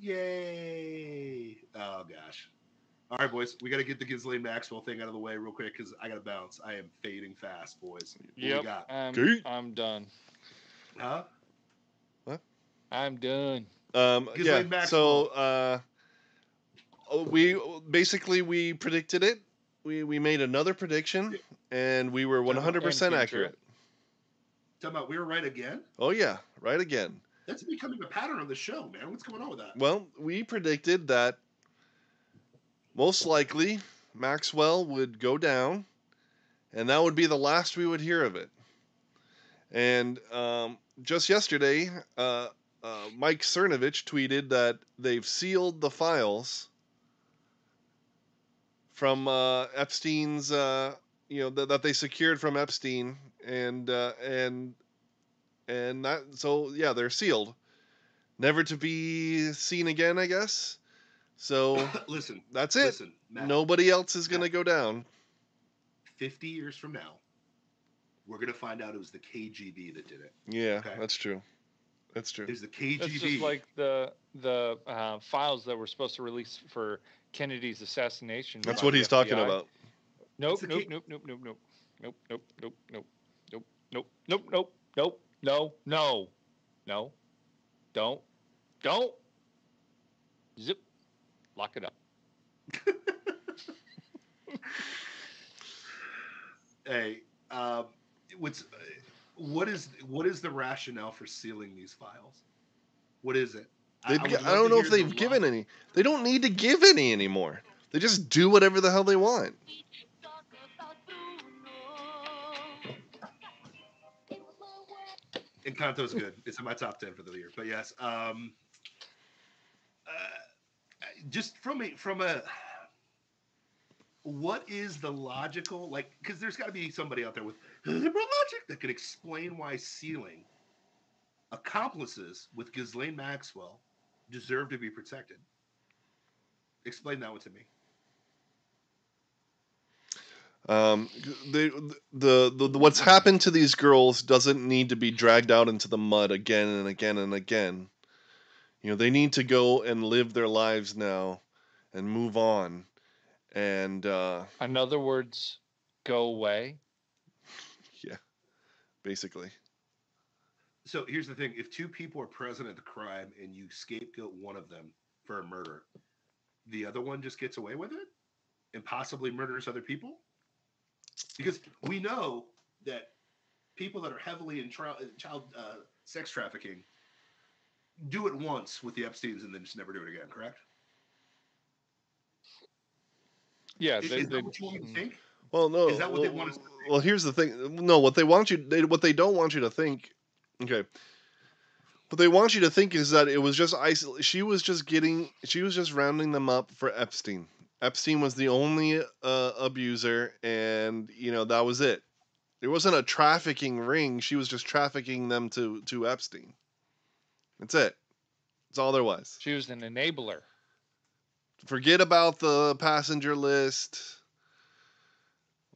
B: Yay. Oh gosh. All right, boys. We got to get the Ghislaine Maxwell thing out of the way real quick because I got to bounce. I am fading fast, boys. What we
C: Yep,
B: got?
C: I'm,
A: Gate.
C: I'm done.
B: Huh?
C: I'm done.
A: Um yeah.
B: Ghislaine Maxwell.
A: So uh oh, we basically we predicted it. We we made another prediction and we were
B: Time out.
A: 100%
C: And came
A: accurate.
B: Talking about we were right again.
A: Oh yeah, right again.
B: That's becoming a pattern on the show, man. What's going on with that?
A: Well, we predicted that most likely Maxwell would go down, and that would be the last we would hear of it. And um, just yesterday, uh, uh, Mike Cernovich tweeted that they've sealed the files from uh, Epstein's, uh, you know, th- that they secured from Epstein, and uh, and and that so yeah, they're sealed never to be seen again, I guess. So
B: listen,
A: that's it.
B: listen, Matt.
A: Nobody else is going to go down.
B: 50 years from now, we're going to find out it was the KGB that did it.
A: Yeah,
B: Okay.
A: that's true. That's true.
B: It was the KGB.
C: That's just like the the uh, files that were supposed to release for Kennedy's assassination.
A: That's
C: by
A: what
C: the
A: he's talking
C: FBI.
A: about.
C: Nope,
B: It's the
C: nope,
B: key-
C: nope, nope, nope, nope, nope, nope, nope, nope, nope, nope, nope, nope, nope, no, no, no, don't, don't, zip, lock it up.
B: hey, um, what's uh, what is what is the rationale for sealing these files? What is it?
A: They'd
B: would
A: gi- I,
B: love to
A: don't know
B: hear
A: if
B: the
A: they've
B: lie.
A: given any. They don't need to give any anymore. They just do whatever the hell they want.
B: Encanto's good. It's in my top ten for the year. But yes, um, uh, just from a from a what is the logical like because there's got to be somebody out there with liberal logic that could explain why sealing accomplices with Ghislaine Maxwell deserve to be protected. Explain that one to me.
A: Um, they, the, the, the what's happened to these girls doesn't need to be dragged out into the mud again and again and again. You know, they need to go and live their lives now, and move on. And uh,
C: In other words, go away.
A: basically,
B: So here's the thing: if two people are present at the crime and you scapegoat one of them for a murder, the other one just gets away with it and possibly murders other people. Because we know that people that are heavily in trial, child uh, sex trafficking do it once with the Epstein's and then just never do it again. Correct?
C: Yeah,
B: Is,
C: they,
B: is
C: they-
B: that what you want me to
C: mm.
B: think?
A: well, no.
B: Is that what they
A: well,
B: want us to think?
A: Well, here's the thing. No, what they want you, they, what they don't want you to think. Okay. What they want you to think is that it was just isol- She was just getting. She was just rounding them up for Epstein. Epstein was the only uh, abuser, and you know that was it. There wasn't a trafficking ring. She was just trafficking them to to Epstein. That's it. That's all there was.
C: she was an enabler.
A: Forget about the passenger list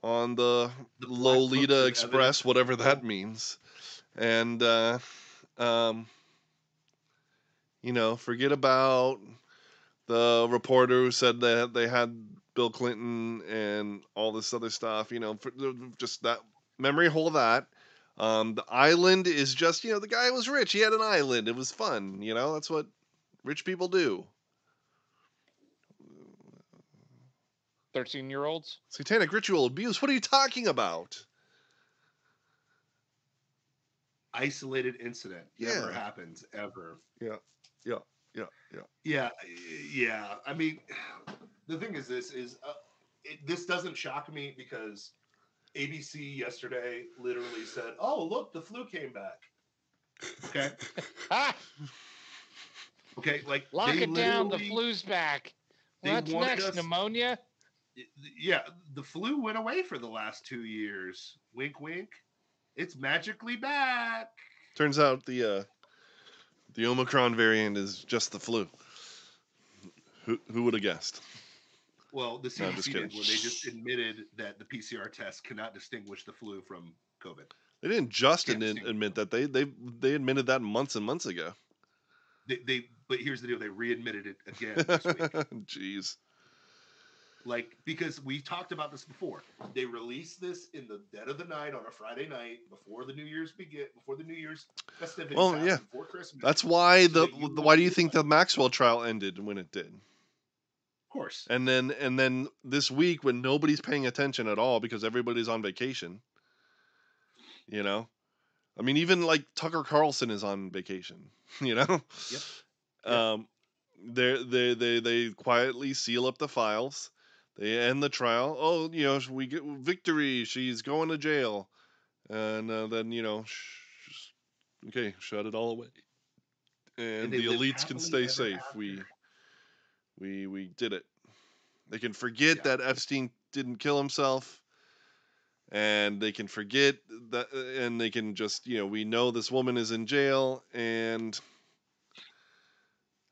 A: on the
B: The black books of
A: Lolita
B: evidence.
A: Express, whatever that means. And, uh, um, you know, forget about the reporter who said that they had Bill Clinton and all this other stuff. You know, for, just that memory hole that. Um, the island is just, you know, the guy was rich. He had an island. It was fun. You know, that's what rich people do.
C: Thirteen-year-olds.
A: Satanic ritual abuse. What are you talking about?
B: isolated incident
A: Yeah.
B: never happens ever.
A: Yeah, yeah, yeah, yeah.
B: Yeah, yeah. I mean, the thing is, this is uh, it, this doesn't shock me because ABC yesterday literally said, "Oh, look, the flu came back." Okay,
C: Ah,
B: okay. Like
C: lock
B: they
C: it down. The
B: literally-
C: flu's back.
B: they
C: What's
B: wanted
C: next?
B: us-
C: Pneumonia.
B: Yeah, the flu went away for the last two years. Wink, wink. It's magically back.
A: Turns out the uh, the Omicron variant is just the flu. Who who would have guessed?
B: Well, the
A: No, I'm just
B: CDC did
A: kidding.
B: when they just admitted that the PCR test cannot distinguish the flu from COVID.
A: They didn't just
B: Can't
A: admit,
B: see.
A: admit that they they they admitted that months and months ago.
B: They, they but here's the deal: they readmitted it again. This week.
A: Jeez.
B: like because we talked about this before they released this in the dead of the night on a friday night before the new year's begin before the new year's festivities
A: Well,
B: happen,
A: yeah.
B: before christmas
A: That's why
B: So
A: the
B: that you
A: the- why do
B: won't
A: you
B: get
A: think
B: one.
A: the Maxwell trial ended when it did?
B: of course
A: And then and then this week when nobody's paying attention at all because everybody's on vacation. You know? I mean even like Tucker Carlson is on vacation, you know?
B: Yep. Yeah.
A: Um they they they they quietly seal up the files. They end the trial. Oh, you know, we get victory. She's going to jail. And uh, then, you know, sh- sh- okay, shut it all away. And,
B: they
A: the
B: live
A: elites can stay
B: happily ever
A: safe. We
B: after.
A: we we did it. They can forget
B: Yeah.
A: that Epstein didn't kill himself, and they can forget that, and they can just you know we know this woman is in jail, and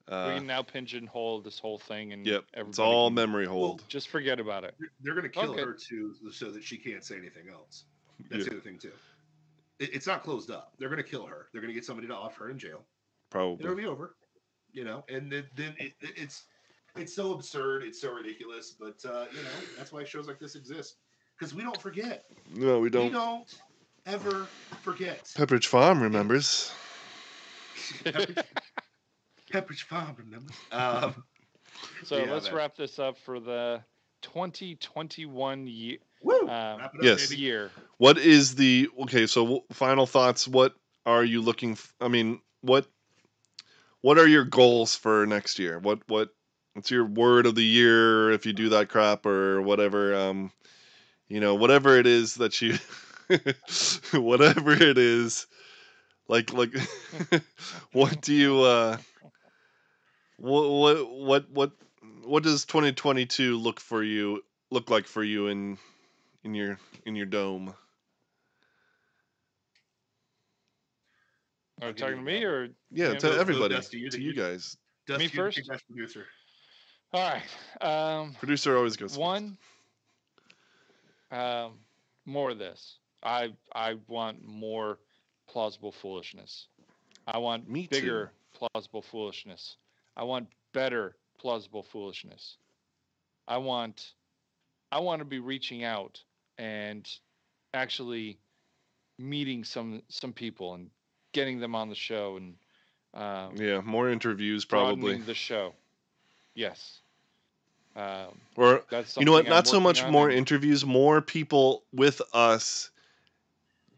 C: we
A: uh,
C: can now pigeonhole this whole thing and
A: yep, it's
C: everybody
A: all
C: can
A: memory hold.
C: Just forget about it.
B: They're- they're going to kill
C: Okay.
B: her too so that she can't say anything else that's
A: Yeah,
B: the other thing too It- it's not closed up they're going to kill her they're going to get somebody to off her in jail it'll
A: probably.
B: be over you know and then, then it, it- it's it's so absurd it's so ridiculous but uh, you know that's why shows like this exist because we don't forget
A: No, we
B: We
A: don't.
B: don't ever forget.
A: Pepperidge Farm remembers.
B: Pepperidge Pepperidge Farm, remember? Um,
C: So
B: Yeah,
C: let's
B: that-
C: wrap this up for the 2021 year.
B: woo!
C: Um,
B: Wrap it
A: yes.
B: baby.
C: year.
A: What is the okay? So w- final thoughts. What are you looking? F- I mean, what what are your goals for next year? What what what's your word of the year if you do that crap or whatever? Um, you know, whatever it is that you, whatever it is, like like, what do you uh, what what what what what does 2022 look for you look like for you in in your in your dome?
C: Are
B: I'll
C: you
B: give
C: talking
B: you
C: to
B: a
C: me
B: problem.
C: or
A: Yeah,
C: Yeah,
A: to
C: Bill, Bill,
A: everybody,
B: that's to you,
A: to
B: that
A: you
B: you-
A: guys.
B: Dusty,
C: Me
B: you're the
C: first?
B: best producer.
C: all right? Um,
A: Producer always goes first.
C: one um, more of this i i want more plausible foolishness i want
A: Me too.
C: bigger plausible foolishness i want better plausible foolishness i want i want to be reaching out and actually meeting some some people and getting them on the show and um,
A: Yeah, more interviews probably,
C: broadening the show yes um,
A: or
C: that's
A: you know what?
C: something I'm
A: Not so
C: working
A: much
C: on
A: more
C: and-
A: interviews, more people with us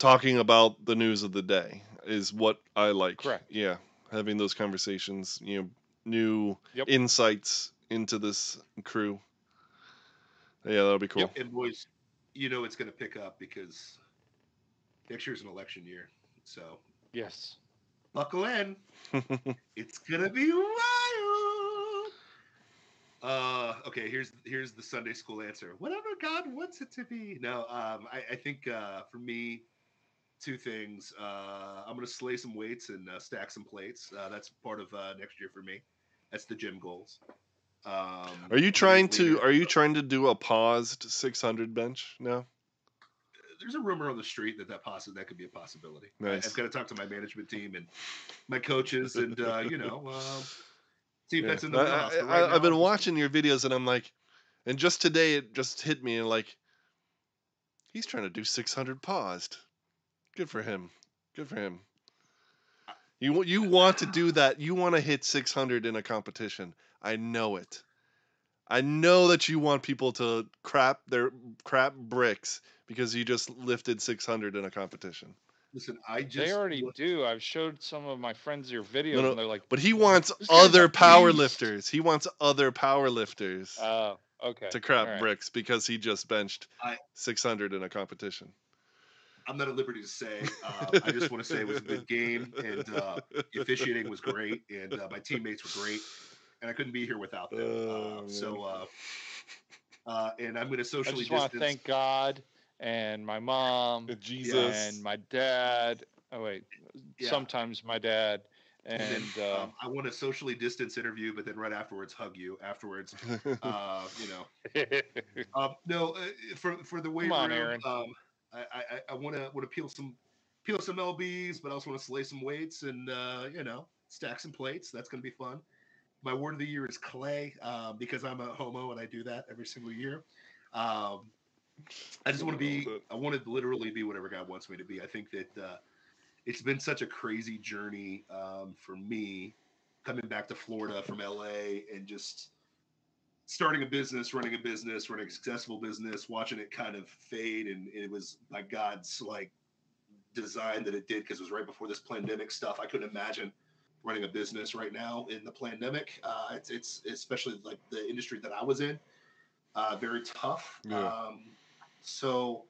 A: talking about the news of the day is what I like.
C: Correct.
A: Yeah, having those conversations, you know, new
C: Yep.
A: insights into this crew. Yeah, that'll be cool.
C: Yep.
B: And boys, you know it's going to pick up because next year's an election year. So
C: Yes.
B: buckle in. It's gonna be wild. Uh, okay, here's here's the Sunday school answer. Whatever God wants it to be. No, um, I, I think uh, for me, two things. Uh, I'm gonna slay some weights and uh, stack some plates. Uh, that's part of uh, next year for me. That's the gym goals. Um,
A: Are you trying to
B: later-
A: are you trying to do a paused 600 bench now?
B: There's a rumor on the street that that possi- that could be a possibility. I-
A: Nice.
B: I've got to talk to my management team and my coaches, and uh, you know, uh, see if
A: Yeah.
B: that's in the
A: I,
B: wheelhouse,
A: I-
B: but right
A: I've
B: now,
A: been
B: I'm-
A: watching your videos and I'm like and just today it just hit me and like he's trying to do 600 paused. Good for him. Good for him. You wa- you want to do that. You want to hit 600 in a competition. I know it. I know that you want people to crap their crap bricks because you just lifted 600 in a competition.
B: Listen, I just
C: They already
B: look-
C: do. I've showed some of my friends your videos,
A: no.
C: and they're like,
A: But he wants
C: This guy's a
A: other power
C: beast.
A: lifters. He wants other power lifters
B: Uh,
C: "Oh, okay."
A: to crap
C: alright.
A: bricks because he just benched
B: I-
A: 600 in a competition.
B: I'm not at liberty to say. Uh, I just want to say it was a good game, and uh, the officiating was great, and uh, my teammates were great, and I couldn't be here without them.
A: Oh,
B: uh, so, uh,
A: man.
B: uh, and I'm going to
C: I
B: socially
C: just want
B: distance.
C: to thank God and my mom
A: Jesus.
C: and my dad. Oh wait,
B: Yeah.
C: sometimes my dad
B: and
C: and
B: then,
C: uh,
B: um, I want to socially distance interview, but then right afterwards hug you. Afterwards, uh, you know, Um, no, uh, for for the way around,
C: on, Aaron.
B: um, I I- I want to want to peel some peel some lbs, but I also want to slay some weights and uh, you know stack some plates. That's going to be fun. My word of the year is clay uh, because I'm a homo and I do that every single year. Um, I just want to be. I want to literally be whatever God wants me to be. I think that uh, it's been such a crazy journey um, for me coming back to Florida from LA and just starting a business, running a business, running a successful business, watching it kind of fade. And it was by God's like design that it did because it was right before this pandemic stuff. I couldn't imagine running a business right now in the pandemic. Uh, it's, it's especially like the industry that I was in, uh, very tough.
A: Yeah.
B: Um, so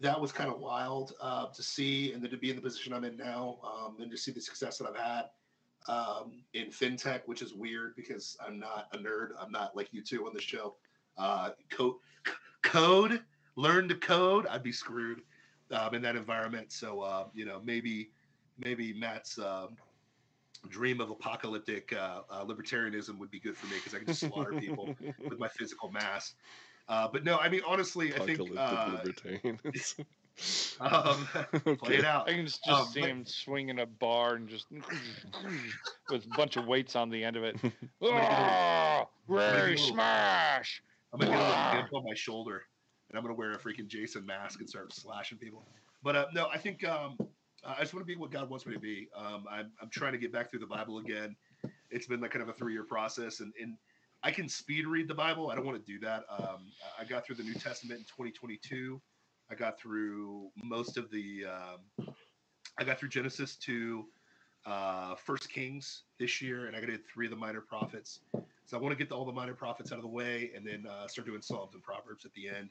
B: that was kind of wild uh, to see, and then to be in the position I'm in now, um, and to see the success that I've had um, in fintech, which is weird because I'm not a nerd. I'm not like you two on the show. Uh, code, code, learn to code. I'd be screwed um, in that environment. So uh, you know, maybe, maybe Matt's um, dream of apocalyptic uh, uh, libertarianism would be good for me because I can just slaughter people with my physical mass. Uh, but no, I mean honestly, I think uh,
A: libertarians.
B: um, play it out.
C: I can just,
B: Um,
C: just see
B: but-
C: him swinging a bar and just with a bunch of weights on the end of it.
B: gonna get a-
C: Ah,
B: gonna get a
C: Ray
B: little-
C: smash!
B: I'm gonna get a little pimp on my shoulder, and I'm gonna wear a freaking Jason mask and start slashing people. But uh, no, I think um, I just want to be what God wants me to be. Um, I'm, I'm trying to get back through the Bible again. It's been like kind of a three year process, and, and I can speed read the Bible. I don't want to do that. Um, I- I got through the New Testament in 2022. I got through most of the. Um, I got through Genesis to uh, First Kings this year, and I did three of the minor prophets. So I want to get all the minor prophets out of the way, and then uh, start doing Psalms and Proverbs at the end.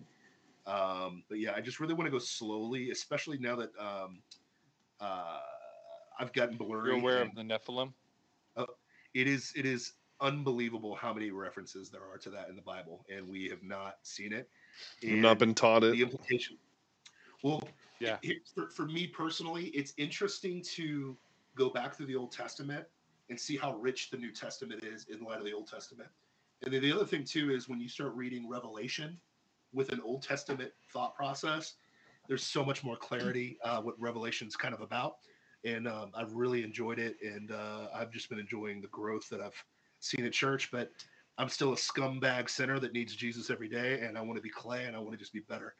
B: Um, but yeah, I just really want to go slowly, especially now that um, uh, I've gotten blurry.
C: You're aware
B: and-
C: of the Nephilim?
B: it is it is unbelievable how many references there are to that in the Bible, and we have not seen it.
A: We've not
B: And
A: been taught
B: the
A: it.
B: implication. Well,
C: Yeah.
B: here- for, for me personally, it's interesting to go back through the Old Testament and see how rich the New Testament is in light of the Old Testament. And then the other thing too is when you start reading Revelation with an Old Testament thought process, there's so much more clarity uh, what Revelation's kind of about. And um, I've really enjoyed it, and uh, I've just been enjoying the growth that I've seen at church. But I'm still a scumbag sinner that needs Jesus every day, and I want to be clay, and I want to just be better.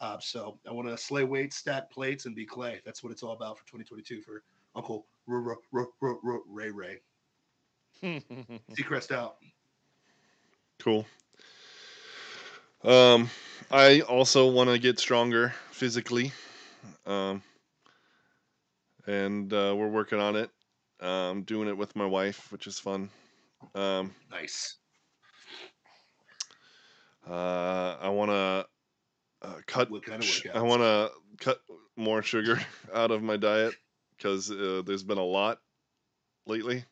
B: Uh, so I want to slay weights, stack plates, and be clay. That's what it's all about for 2022 for Uncle R- R- R- R- R- Ray Ray.
A: Hmm.
B: Seacrest out.
A: Cool. Um, I also want to get stronger physically. Um, and uh, we're working on it. Um, doing it with my wife, which is fun. Um,
B: Nice.
A: uh, I want to uh, cut
B: What kind of
A: Sh-
B: workout?
A: I want to cut more sugar out of my diet because uh, there's been a lot lately.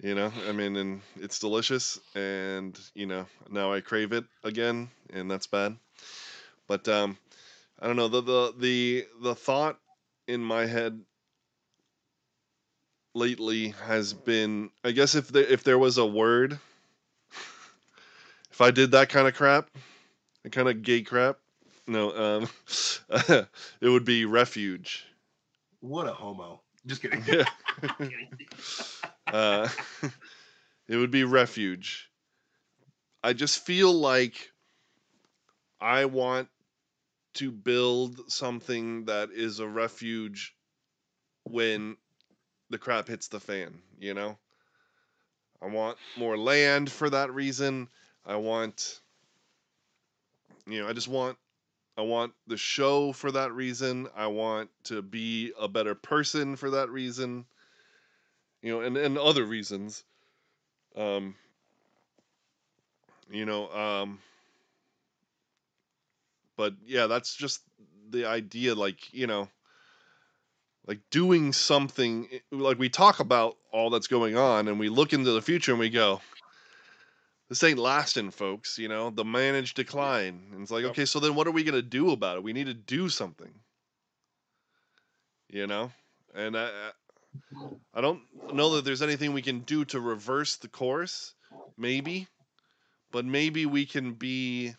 A: You know, I mean, and it's delicious, and you know, now I crave it again, and that's bad. But um, I don't know the the the the thought in my head lately has been, I guess, if there if there was a word, if I did that kind of crap, that kind of gay crap, no, um, it would be refuge.
B: What a homo. Just kidding.
A: Yeah. uh, it would be refuge. I just feel like I want to build something that is a refuge when the crap hits the fan, you know? I want more land for that reason. I want you know, I just want I want the show for that reason. I want to be a better person for that reason. You know, and and other reasons. Um you know, um but yeah, that's just the idea like, you know, like doing something i- like we talk about all that's going on and we look into the future and we go this ain't lasting folks you know the managed decline and it's like
C: Yep.
A: okay so then what are we going to do about it we need to do something you know and I, I- I don't know that there's anything we can do to reverse the course maybe but maybe we can be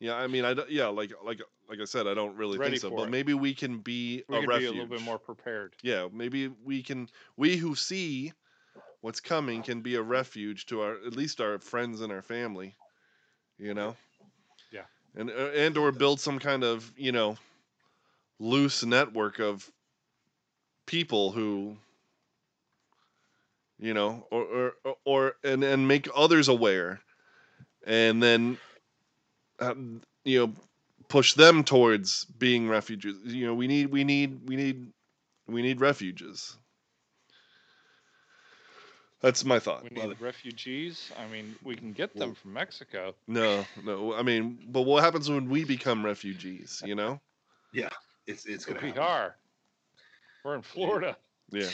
A: yeah i mean i don't- yeah like like like i said i don't really
C: Ready
A: think so
C: for
A: but
C: it.
A: maybe we can be
C: we
A: a
C: could be
A: refuge
C: a little bit more prepared.
A: yeah maybe we can we who see what's coming can be a refuge to our at least our friends and our family you know
C: Yeah.
A: and uh, and or build some kind of you know loose network of people who you know or or, or- or and and make others aware and then um, you know push them towards being refugees you know we need we need we need we need refuges. That's my thought.
C: We
B: Love
C: need refugees. I mean, we can get them from Mexico.
A: No, no. I mean, but what happens when we become refugees? You know?
B: It's it's gonna
C: We
B: happen.
C: are. We're in Florida.
A: Yeah,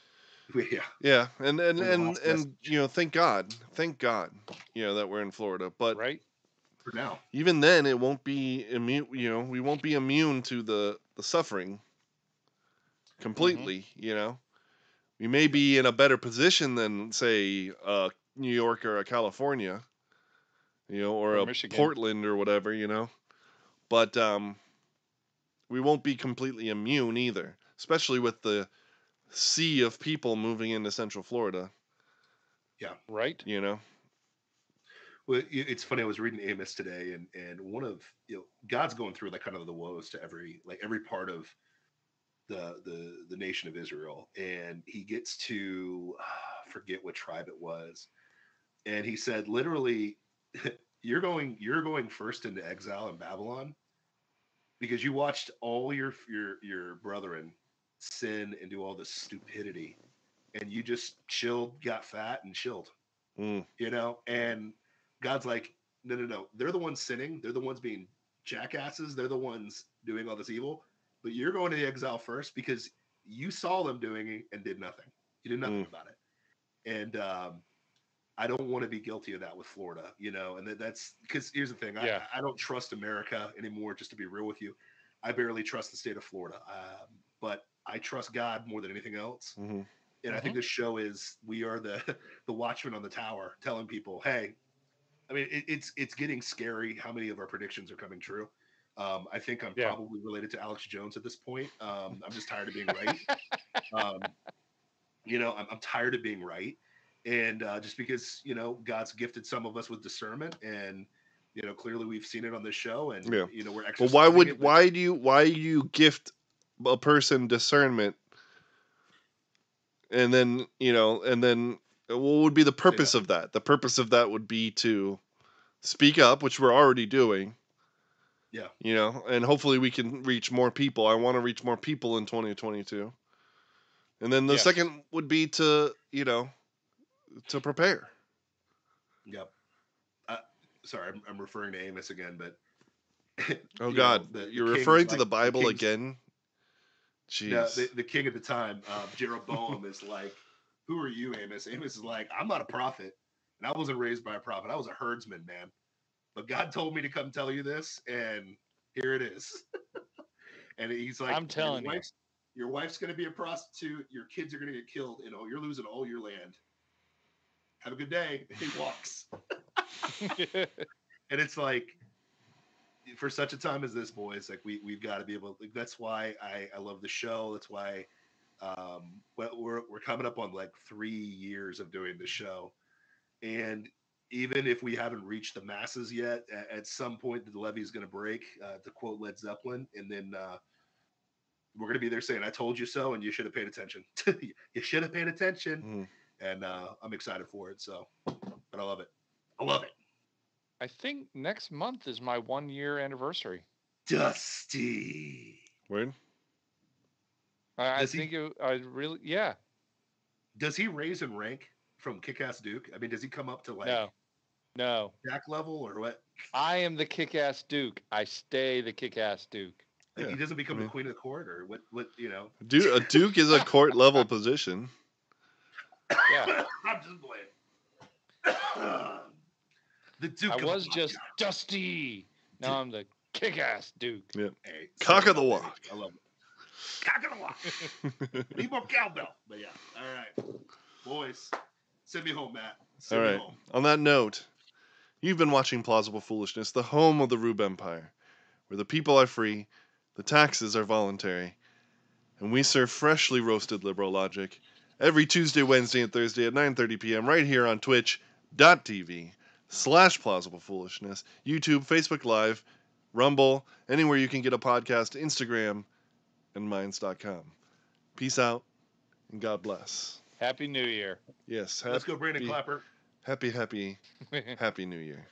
B: Yeah.
A: yeah. And and
B: We're the
A: and
B: last
A: and you know, thank God, thank God, you know that we're in Florida. But
C: right?
B: For now.
A: even then, it won't be immune. You know, we won't be immune to the the suffering completely. You know, we may be in a better position than say a New York or a California, you know, or,
C: Or
A: a
C: Michigan.
A: Portland or whatever, you know. But um, we won't be completely immune either, especially with the sea of people moving into Central Florida.
C: Right?
A: You know,
B: Well, i- it's funny. I was reading Amos today, and and one of you know God's going through like kind of the woes to every like every part of the the the nation of Israel, and he gets to I forget what tribe it was, and he said literally, you're going you're going first into exile in Babylon because you watched all your your your brethren sin and do all this stupidity, and you just chilled, got fat, and chilled
A: Mm,
B: you know and god's like no no no they're the ones sinning they're the ones being jackasses they're the ones doing all this evil but you're going to the exile first because you saw them doing it and did nothing you did nothing about it and um, I don't want to be guilty of that with Florida, you know, and that, that's because here's the thing: I,
C: Yeah.
B: I don't trust America anymore. Just to be real with you, I barely trust the state of Florida, um, but I trust God more than anything else.
A: hmm
B: And I think this show is we are the the watchman on the tower, telling people, hey, I mean, it, it's it's getting scary how many of our predictions are coming true. Um, I think I'm
C: Yeah.
B: probably related to Alex Jones at this point. Um, I'm just tired of being right. um, you know, I'm, I'm tired of being right, and uh, just because you know God's gifted some of us with discernment, and you know clearly we've seen it on this show, and
A: Yeah.
B: you know we're.
A: But why
B: exercising it,
A: would
B: but-
A: why do you why do you gift a person discernment and then you know and then uh, what would be the purpose of that? The purpose of that would be to speak up, which we're already doing.
B: Yeah.
A: You know, and hopefully we can reach more people. I want to reach more people in 2022. And then the
C: Yes.
A: second would be to, you know, to prepare.
B: Yep. Uh, sorry, I'm, I'm referring to Amos again, but
A: Oh
B: You know,
A: God,
B: the- the
A: you're
B: kings
A: referring to
B: like-
A: the
B: the
A: Bible
B: kings-
A: again. Jeez.
B: No, the, the king at the time, uh, Jeroboam, is like, "Who are you, Amos?" Amos is like, "I'm not a prophet, and I wasn't raised by a prophet. I was a herdsman, man. But God told me to come tell you this, and here it is." and he's like,
C: I'm telling you.
B: your wife's, your wife's going to be a prostitute. Your kids are going to get killed. You know, you're losing all your land. Have a good day." He walks, and it's like. For such a time as this, boys, like we we've got to be able. Like, that's why I I love the show. That's why um but we're we're coming up on like three years of doing the show and even if we haven't reached the masses yet at, at some point the levee is going to break uh, to quote led zeppelin and then uh we're going to be there saying i told you so and you should have paid attention you should have paid attention
A: Mhm.
B: and uh i'm excited for it so but i love it i love it
C: I think next month is my one year anniversary.
B: dusty
A: Word?
C: I, I
B: Does he-
C: think it, I really, yeah,
B: does he raise in rank from kick-ass duke i mean does he come up to like
C: no, no.
B: jack level or what
C: I am the kick ass Duke. I stay the kick ass Duke.
B: Like,
A: Yeah,
B: he doesn't become
A: mean-
B: the queen of the court or what what you know
A: Duke, a duke is a court level position.
C: Yeah.
B: I'm just playing. the Duke.
C: I
B: of
C: was
B: the
C: just
B: Mafia.
C: Dusty. Now I'm the kick ass Duke.
B: Hey,
A: cock
B: suck it
A: of the
B: up, baby.
A: walk.
B: I love it. Cock of the walk. Need more cowbell. But yeah, all right, boys, send me home, Matt. Send
A: All
B: me
A: right.
B: home.
A: On that note, you've been watching Plausible Foolishness, the home of the Rube Empire, where the people are free, the taxes are voluntary, and we serve freshly roasted liberal logic every Tuesday, Wednesday, and Thursday at 9.30 p.m. right here on twitch.tv slash plausible foolishness, YouTube, Facebook Live, Rumble, anywhere you can get a podcast, Instagram, and minds.com. Peace out, and God bless.
C: Happy New Year.
A: Yes,
B: Let's
A: happy,
B: go, Brandon
A: Happy-
B: Clapper.
A: happy, happy, happy New Year.